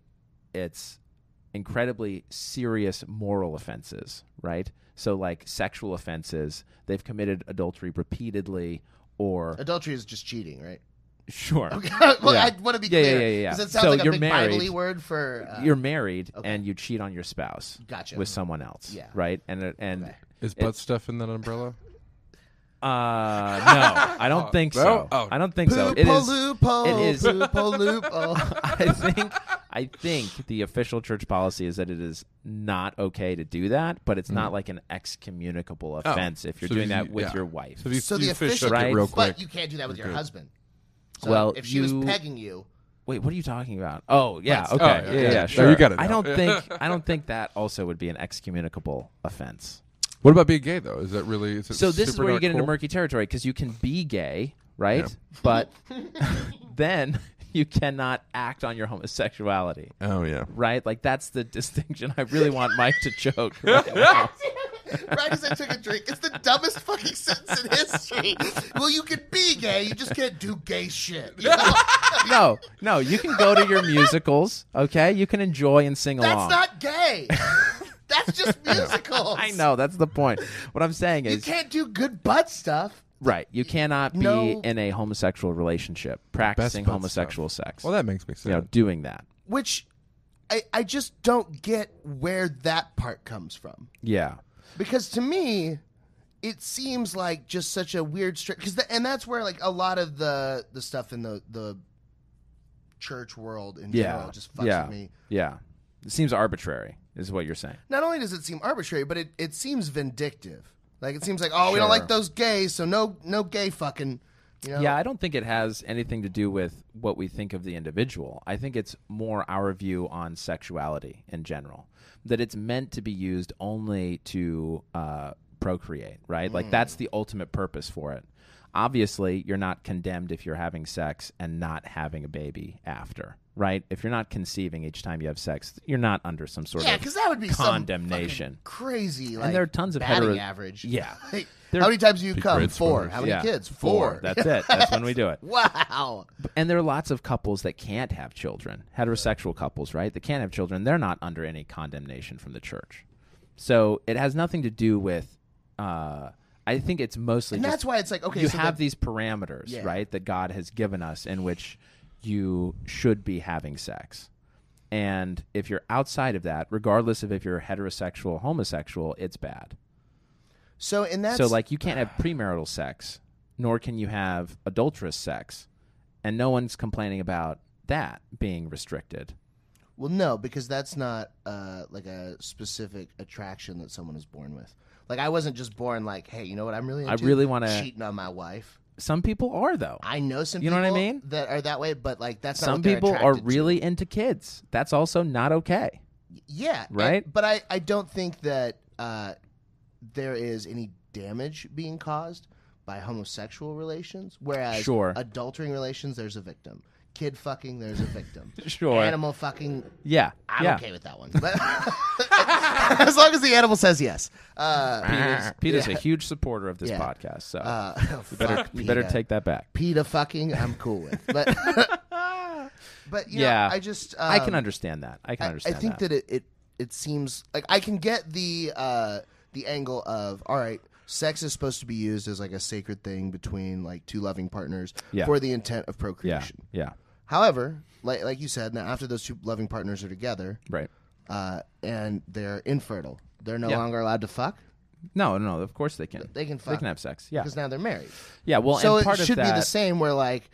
Speaker 3: it's incredibly serious moral offenses, right? So like sexual offenses, they've committed adultery repeatedly or
Speaker 2: adultery is just cheating, right? [laughs]
Speaker 3: sure.
Speaker 2: well,
Speaker 3: Yeah.
Speaker 2: I want to be
Speaker 3: Yeah, yeah,
Speaker 2: clear.
Speaker 3: yeah, yeah, yeah.
Speaker 2: 'cause it sounds
Speaker 3: So
Speaker 2: like a
Speaker 3: you're
Speaker 2: big
Speaker 3: married.
Speaker 2: Bible-y word for uh,
Speaker 3: You're married
Speaker 2: okay.
Speaker 3: and you cheat on your spouse
Speaker 2: Gotcha.
Speaker 3: with someone else,
Speaker 2: Yeah.
Speaker 3: right? And and [laughs]
Speaker 4: Is butt stuff in that umbrella?
Speaker 3: Uh, no, I
Speaker 4: [laughs]
Speaker 3: don't think so.
Speaker 4: well, oh.
Speaker 3: I don't think so. It
Speaker 2: Loophole,
Speaker 3: is.
Speaker 2: loophole,
Speaker 3: it is-
Speaker 2: loophole, loophole.
Speaker 3: [laughs] I think. I think the official church policy is that it is not okay to do that, but it's not like an excommunicable offense if you're
Speaker 4: Mm-hmm. Oh. So
Speaker 3: doing
Speaker 4: you-
Speaker 3: that with
Speaker 4: yeah.
Speaker 3: your wife.
Speaker 4: So if you,
Speaker 2: So
Speaker 4: you
Speaker 2: the
Speaker 4: fish
Speaker 2: official,
Speaker 4: hook
Speaker 3: Right.
Speaker 4: it real quick.
Speaker 2: but you can't do that with your
Speaker 4: Good.
Speaker 2: husband. So
Speaker 3: Well,
Speaker 2: if she was
Speaker 3: you-
Speaker 2: pegging you, [laughs]
Speaker 3: Wait, what are you talking about? Oh, yeah,
Speaker 2: Yes.
Speaker 3: okay,
Speaker 4: Oh, yeah,
Speaker 3: yeah,
Speaker 4: yeah.
Speaker 3: yeah,
Speaker 4: No,
Speaker 3: sure.
Speaker 4: you got it
Speaker 3: I
Speaker 4: now.
Speaker 3: don't think
Speaker 4: [laughs]
Speaker 3: I don't think that also would be an excommunicable offense.
Speaker 4: what about being gay though? Is that really? Is it
Speaker 3: So this is
Speaker 4: super
Speaker 3: where you
Speaker 4: not
Speaker 3: get into
Speaker 4: cool?
Speaker 3: murky territory because you can be gay, right?
Speaker 4: [laughs]
Speaker 3: But [laughs] then you cannot act on your homosexuality,
Speaker 4: Oh yeah.
Speaker 3: right? Like that's the distinction. I really want Mike to choke. Right
Speaker 4: [laughs]
Speaker 3: now.
Speaker 2: right as I took a drink, it's the dumbest fucking [laughs] sentence in history. Well, you can be gay, you just can't do gay shit. you know?
Speaker 3: No, no, you can go to your musicals. Okay, you can enjoy and sing
Speaker 2: That's
Speaker 3: along.
Speaker 2: not gay. That's just musicals.
Speaker 3: I know that's the point. What I'm saying
Speaker 2: You
Speaker 3: is
Speaker 2: can't do good butt stuff.
Speaker 3: Right. You cannot be
Speaker 2: No.
Speaker 3: in a homosexual relationship, practicing
Speaker 4: butt
Speaker 3: homosexual sex.
Speaker 4: Well, that makes me
Speaker 3: you know,
Speaker 4: sense.
Speaker 3: doing that.
Speaker 2: Which I, I just don't get where that part comes from.
Speaker 3: Yeah.
Speaker 2: Because to me, it seems like just such a weird strict. Because and that's where like a lot of the the stuff in the the church world in
Speaker 3: Yeah.
Speaker 2: general just fucks
Speaker 3: yeah.
Speaker 2: with me.
Speaker 3: Yeah. It seems arbitrary, is what you're saying.
Speaker 2: Not only does it seem arbitrary, but it, it seems vindictive. Like it seems like oh we don't like those gays, so no no gay fucking. You know?
Speaker 3: Yeah, I don't think it has anything to do with what we think of the individual. I think it's more our view on sexuality in general. That it's meant to be used only to uh, procreate, right? Like, that's
Speaker 2: Mm.
Speaker 3: the ultimate purpose for it. Obviously, you're not condemned if you're having sex and not having a baby after, right? If you're not conceiving each time you have sex, you're not under some sort
Speaker 2: Yeah,
Speaker 3: of
Speaker 2: because that would be some
Speaker 3: condemnation.
Speaker 2: fucking crazy. Like,
Speaker 3: there are tons of
Speaker 2: batting
Speaker 3: hetero-
Speaker 2: average.
Speaker 3: Yeah.
Speaker 2: [laughs] Like,
Speaker 3: There-
Speaker 2: how many times do you come?
Speaker 4: grades
Speaker 2: Four.
Speaker 4: for-
Speaker 2: How many
Speaker 3: Yeah.
Speaker 2: kids? Four. [laughs]
Speaker 3: That's it. That's when we do it.
Speaker 2: wow.
Speaker 3: And there are lots of couples that can't have children, heterosexual couples, right? That can't have children. They're not under any condemnation from the church. So it has nothing to do with. Uh, I think it's mostly.
Speaker 2: And
Speaker 3: just-
Speaker 2: that's why it's like okay.
Speaker 3: you
Speaker 2: so
Speaker 3: have
Speaker 2: the,
Speaker 3: these parameters,
Speaker 2: Yeah.
Speaker 3: right, that God has given us in which you should be having sex. And if you're outside of that, regardless of if you're heterosexual or homosexual, it's bad.
Speaker 2: so and that's
Speaker 3: So like you can't have premarital sex, nor can you have adulterous sex, and no one's complaining about that being restricted.
Speaker 2: well no because that's not uh, like a specific attraction that someone is born with. Like I wasn't just born like hey you know what I'm really
Speaker 3: I
Speaker 2: into?
Speaker 3: really wanna-
Speaker 2: cheating on my wife.
Speaker 3: Some people are though.
Speaker 2: I know some
Speaker 3: You know what I
Speaker 2: people
Speaker 3: mean?
Speaker 2: that are that way, but like that's not
Speaker 3: Some
Speaker 2: what they're
Speaker 3: people are
Speaker 2: attracted to.
Speaker 3: really into kids. That's also not okay.
Speaker 2: Yeah. and-
Speaker 3: Right?
Speaker 2: but I, I don't think that uh, there is any damage being caused by homosexual relations, whereas
Speaker 3: Sure.
Speaker 2: adultering relations, there's a victim. Kid fucking, there's a victim.
Speaker 3: [laughs] Sure.
Speaker 2: Animal fucking,
Speaker 3: Yeah.
Speaker 2: I'm
Speaker 3: yeah.
Speaker 2: okay with that one. [laughs] But as long as the animal says yes. Uh, [laughs]
Speaker 3: Peter's, Peter's a huge supporter of this
Speaker 2: Yeah.
Speaker 3: podcast, so
Speaker 2: uh,
Speaker 3: you better
Speaker 2: fuck
Speaker 3: you better
Speaker 2: PETA.
Speaker 3: take that back.
Speaker 2: PETA fucking, I'm cool with. But, [laughs] but you know,
Speaker 3: Yeah.
Speaker 2: I just.
Speaker 3: I can
Speaker 2: um,
Speaker 3: understand that. I can
Speaker 2: I-
Speaker 3: understand
Speaker 2: I think that, it, it it seems like I can get the uh, the angle of all right, sex is supposed to be used as like a sacred thing between like two loving partners
Speaker 3: Yeah.
Speaker 2: for the intent of
Speaker 3: yeah.
Speaker 2: procreation.
Speaker 3: Yeah.
Speaker 2: However, like like you said, now after those two loving partners are together,
Speaker 3: Right.
Speaker 2: uh, and they're infertile, they're no
Speaker 3: Yeah.
Speaker 2: longer allowed to fuck
Speaker 3: No, no, of course they can.
Speaker 2: They can
Speaker 3: They
Speaker 2: fuck.
Speaker 3: can have sex. Yeah.
Speaker 2: because now they're married.
Speaker 3: Yeah, well,
Speaker 2: so
Speaker 3: and part
Speaker 2: it should
Speaker 3: of that
Speaker 2: be the same where like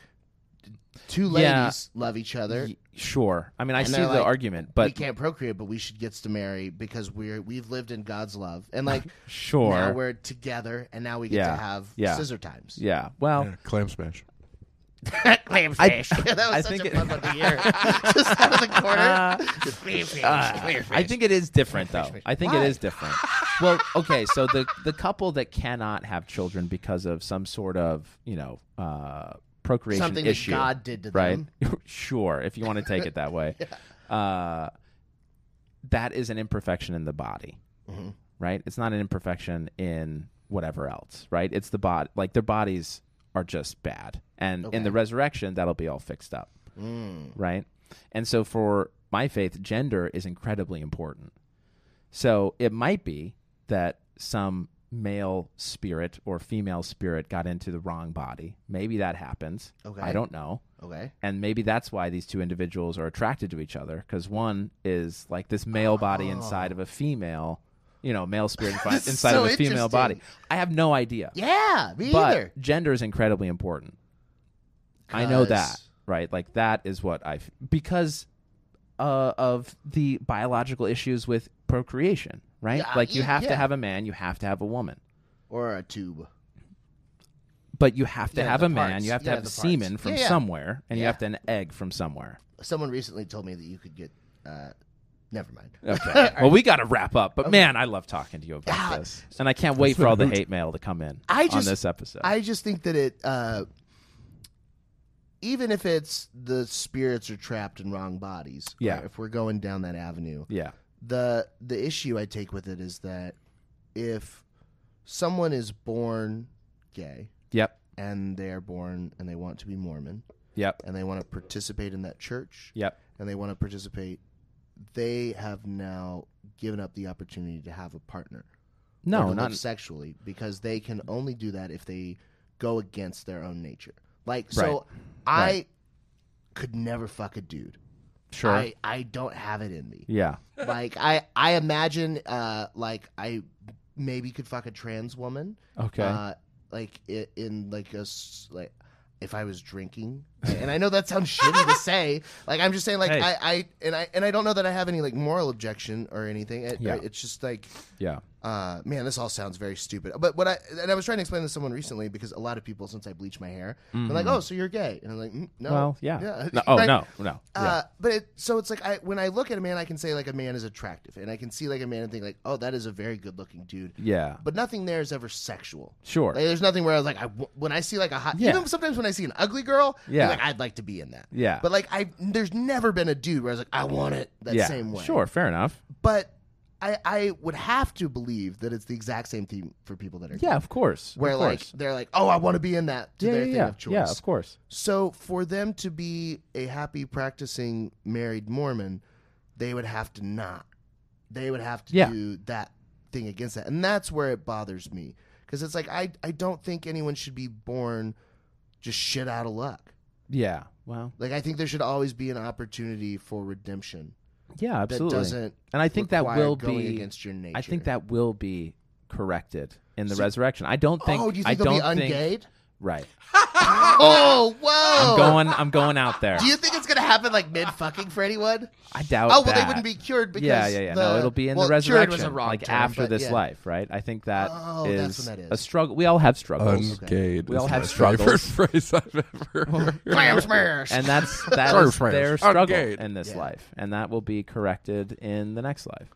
Speaker 2: two
Speaker 3: Yeah.
Speaker 2: ladies love each other.
Speaker 3: Y- Sure. I mean, I
Speaker 2: And
Speaker 3: see
Speaker 2: they're
Speaker 3: the
Speaker 2: like,
Speaker 3: argument,
Speaker 2: we
Speaker 3: but
Speaker 2: can't procreate, but we should get to marry because we're we've lived in God's love, and like now
Speaker 3: [laughs] sure.
Speaker 2: we're together, and now we get
Speaker 3: Yeah.
Speaker 2: to have
Speaker 3: Yeah.
Speaker 2: scissor times. [laughs]
Speaker 3: Yeah. Well,
Speaker 4: Yeah, clam smash.
Speaker 3: [laughs]
Speaker 2: Yeah, that was
Speaker 3: I
Speaker 2: such
Speaker 3: think
Speaker 2: a
Speaker 3: it-
Speaker 2: fun one to
Speaker 3: [laughs]
Speaker 2: hear. [laughs] Just out of the corner.
Speaker 3: I think it is different, though. I think
Speaker 2: Why?
Speaker 3: it is different. well, okay. So the the couple that cannot have children because of some sort of you know uh, procreation
Speaker 2: Something
Speaker 3: issue,
Speaker 2: that God did to
Speaker 3: right?
Speaker 2: them.
Speaker 3: [laughs] sure, if you want to take it
Speaker 2: [laughs]
Speaker 3: that way, uh, that is an imperfection in the body,
Speaker 2: Mm-hmm.
Speaker 3: right? It's not an imperfection in whatever else, right? It's the body. Like their bodies are just bad, and in the resurrection, that'll be all fixed up
Speaker 2: Mm.
Speaker 3: right? And so for my faith, gender is incredibly important. So it might be that some male spirit or female spirit got into the wrong body. Maybe that happens.
Speaker 2: Okay.
Speaker 3: I don't know.
Speaker 2: Okay.
Speaker 3: And maybe that's why these two individuals are attracted to each other because one is like this male body inside of a female you know,
Speaker 2: [laughs]
Speaker 3: male spirit inside,
Speaker 2: This is
Speaker 3: inside
Speaker 2: so
Speaker 3: of a female body.
Speaker 2: interesting.
Speaker 3: I have no idea.
Speaker 2: Yeah, me
Speaker 3: but
Speaker 2: either.
Speaker 3: gender is incredibly important. I know that,
Speaker 2: 'Cause-
Speaker 3: right? Like that is what I f- because uh, of the biological issues with procreation, right?
Speaker 2: Yeah,
Speaker 3: like you
Speaker 2: yeah,
Speaker 3: have
Speaker 2: yeah.
Speaker 3: to have a man, you have to have a woman,
Speaker 2: Or a tube.
Speaker 3: but you have to
Speaker 2: Yeah,
Speaker 3: have
Speaker 2: the
Speaker 3: a man,
Speaker 2: parts.
Speaker 3: you have to
Speaker 2: Yeah,
Speaker 3: have
Speaker 2: the
Speaker 3: a
Speaker 2: parts.
Speaker 3: semen from
Speaker 2: Yeah, yeah.
Speaker 3: somewhere, and you
Speaker 2: Yeah.
Speaker 3: have to an egg from somewhere.
Speaker 2: Someone recently told me that you could get. Uh, never mind. [laughs]
Speaker 3: Okay. well, we got to wrap up, but man, I love talking to you about
Speaker 2: Ah,
Speaker 3: this, and I can't wait for all the hate mail to come in
Speaker 2: I
Speaker 3: on
Speaker 2: just-
Speaker 3: this episode.
Speaker 2: I just think that it, uh, even if it's the spirits are trapped in wrong bodies, or
Speaker 3: Yeah.
Speaker 2: if we're going down that avenue,
Speaker 3: yeah,
Speaker 2: the the issue I take with it is that if someone is born gay
Speaker 3: yep,
Speaker 2: and they are born and they want to be Mormon
Speaker 3: yep,
Speaker 2: and they want to participate in that church
Speaker 3: yep,
Speaker 2: and they want to participate, they have now given up the opportunity to have a partner. or
Speaker 3: no,
Speaker 2: to
Speaker 3: not
Speaker 2: live sexually because they can only do that if they go against their own nature. Like
Speaker 3: Right.
Speaker 2: so, I could never fuck a dude.
Speaker 3: sure,
Speaker 2: I I don't have it in me.
Speaker 3: yeah,
Speaker 2: [laughs] like I I imagine uh like I maybe could fuck a trans woman.
Speaker 3: okay,
Speaker 2: Uh, like i in like a s- like if I was drinking, and I know that sounds
Speaker 3: [laughs]
Speaker 2: shitty to say. Like I'm just saying, like
Speaker 3: Hey.
Speaker 2: I, I and I and I don't know that I have any like moral objection or anything. It,
Speaker 3: Yeah.
Speaker 2: It's just like
Speaker 3: yeah,
Speaker 2: uh, man, this all sounds very stupid. But what I and I was trying to explain this to someone recently because a lot of people, since I bleach my hair, they're like, "Oh, so you're gay?" And I'm like, mm, "No,
Speaker 3: Mm-hmm. well, yeah,
Speaker 2: yeah, [laughs]
Speaker 3: No, oh
Speaker 2: Right?
Speaker 3: no, no, yeah.
Speaker 2: Uh, but it, so it's like I when I look at a man, I can say like a man is attractive, and I can see like a man and think like, "Oh, that is a very good looking dude."
Speaker 3: Yeah.
Speaker 2: But nothing there is ever sexual.
Speaker 3: Sure.
Speaker 2: Like, there's nothing where I was like, I w when I see like a hot,
Speaker 3: Yeah.
Speaker 2: even sometimes when I see an ugly girl, I'm
Speaker 3: Yeah.
Speaker 2: like I'd like to be in that.
Speaker 3: Yeah.
Speaker 2: But like I, there's never been a dude where I was like, I want it that
Speaker 3: yeah.
Speaker 2: same way
Speaker 3: Sure, fair enough.
Speaker 2: but I, I would have to believe that it's the exact same thing for people that are gay.
Speaker 3: Yeah, of course.
Speaker 2: where
Speaker 3: of
Speaker 2: like
Speaker 3: course.
Speaker 2: they're like oh I want to be in that to
Speaker 3: yeah,
Speaker 2: their
Speaker 3: yeah,
Speaker 2: thing
Speaker 3: yeah.
Speaker 2: of choice.
Speaker 3: yeah, of course.
Speaker 2: So for them to be a happy practicing married Mormon, they would have to not. They would have to
Speaker 3: Yeah.
Speaker 2: do that thing against that, and that's where it bothers me because it's like I I don't think anyone should be born just shit out of luck.
Speaker 3: Yeah. Well,
Speaker 2: Like I think there should always be an opportunity for redemption
Speaker 3: yeah,
Speaker 2: that
Speaker 3: absolutely.
Speaker 2: doesn't.
Speaker 3: and I think that
Speaker 2: require
Speaker 3: will
Speaker 2: going
Speaker 3: be
Speaker 2: against your nature.
Speaker 3: I think that will be corrected in the
Speaker 2: So-
Speaker 3: resurrection. I don't think
Speaker 2: oh, do you
Speaker 3: I
Speaker 2: think
Speaker 3: don't
Speaker 2: they'll be
Speaker 3: think
Speaker 2: ungayed?
Speaker 3: right.
Speaker 2: Oh, whoa!
Speaker 3: I'm going I'm going
Speaker 2: [laughs]
Speaker 3: out there.
Speaker 2: Do you think it's gonna happen like mid fucking for anyone?
Speaker 3: I doubt
Speaker 2: Oh well,
Speaker 3: that.
Speaker 2: they wouldn't be cured because
Speaker 3: yeah, yeah, yeah.
Speaker 2: The,
Speaker 3: no, it'll be in
Speaker 2: well,
Speaker 3: the resurrection,
Speaker 2: Cured was a wrong
Speaker 3: like
Speaker 2: term,
Speaker 3: after
Speaker 2: but
Speaker 3: this
Speaker 2: yeah.
Speaker 3: life, right? I think that is
Speaker 2: Oh, that's what that is.
Speaker 3: a struggle. We all have struggles,
Speaker 4: Uncaged.
Speaker 3: We all
Speaker 4: is
Speaker 3: have
Speaker 4: my
Speaker 3: struggles.
Speaker 4: Favorite phrase I've
Speaker 3: [laughs]
Speaker 4: ever. heard.
Speaker 2: Clam smash. [laughs]
Speaker 3: and that's that
Speaker 4: Sorry,
Speaker 3: is
Speaker 4: friends.
Speaker 3: their struggle
Speaker 4: Uncaged.
Speaker 3: in this
Speaker 2: Yeah.
Speaker 3: life, and that will be corrected in the next life,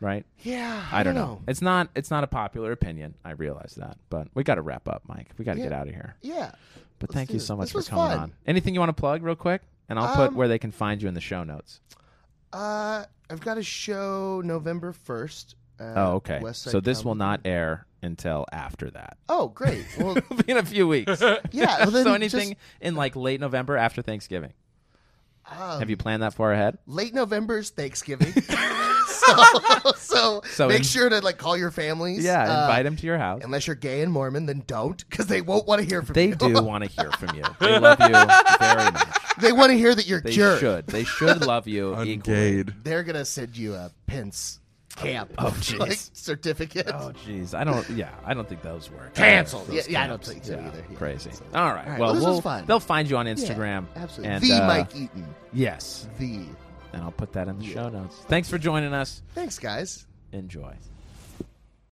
Speaker 3: right?
Speaker 2: yeah,
Speaker 3: I don't know. It's not it's not a popular opinion. I realize that, but we got to wrap up, Mike. We got to get
Speaker 2: Yeah.
Speaker 3: out of here.
Speaker 2: Yeah,
Speaker 3: But
Speaker 2: Let's
Speaker 3: thank
Speaker 2: do
Speaker 3: you
Speaker 2: this.
Speaker 3: so much
Speaker 2: This
Speaker 3: for
Speaker 2: was
Speaker 3: coming
Speaker 2: fun.
Speaker 3: on. Anything you want to plug real quick, and I'll put
Speaker 2: Um,
Speaker 3: where they can find you in the show notes.
Speaker 2: uh, I've got a show November first. Uh,
Speaker 3: Oh, okay.
Speaker 2: West Side
Speaker 3: So this will
Speaker 2: Comedy.
Speaker 3: not air until after that.
Speaker 2: Oh, great. Well,
Speaker 3: [laughs] It'll be in a few weeks.
Speaker 2: [laughs]
Speaker 3: [laughs]
Speaker 2: yeah. Well, then
Speaker 3: so
Speaker 2: just,
Speaker 3: anything in like late November after Thanksgiving.
Speaker 2: um,
Speaker 3: Have you planned that far ahead?
Speaker 2: late November is Thanksgiving. [laughs] so, so,
Speaker 3: So
Speaker 2: make
Speaker 3: in-
Speaker 2: sure to like call your families.
Speaker 3: Yeah,
Speaker 2: Uh,
Speaker 3: invite them to your house.
Speaker 2: Unless you're gay and Mormon, then don't, because they won't want to hear from
Speaker 3: [laughs] They
Speaker 2: you.
Speaker 3: do want to hear from you. They love you very much.
Speaker 2: [laughs] they want to hear that you're
Speaker 3: They
Speaker 2: cured.
Speaker 3: should. They should love you equally.
Speaker 4: Uncaged.
Speaker 2: They're gonna send you a Pence camp
Speaker 3: Oh,
Speaker 2: [laughs]
Speaker 3: jeez.
Speaker 2: like, certificate.
Speaker 3: Oh, jeez. I don't. Yeah, I don't think those work.
Speaker 2: [laughs] Canceled.
Speaker 3: Those
Speaker 2: Yeah, yeah, I don't
Speaker 3: cancels.
Speaker 2: think so either. Yeah.
Speaker 3: Crazy. All right.
Speaker 2: right,
Speaker 3: Well,
Speaker 2: well, this was
Speaker 3: we'll-
Speaker 2: fun.
Speaker 3: they'll find you on
Speaker 2: Yeah,
Speaker 3: Instagram.
Speaker 2: absolutely.
Speaker 3: And,
Speaker 2: the
Speaker 3: uh,
Speaker 2: Mike Eaton.
Speaker 3: Yes.
Speaker 2: The.
Speaker 3: And I'll put that in the show notes. Thanks for joining us.
Speaker 2: Thanks, guys.
Speaker 3: Enjoy.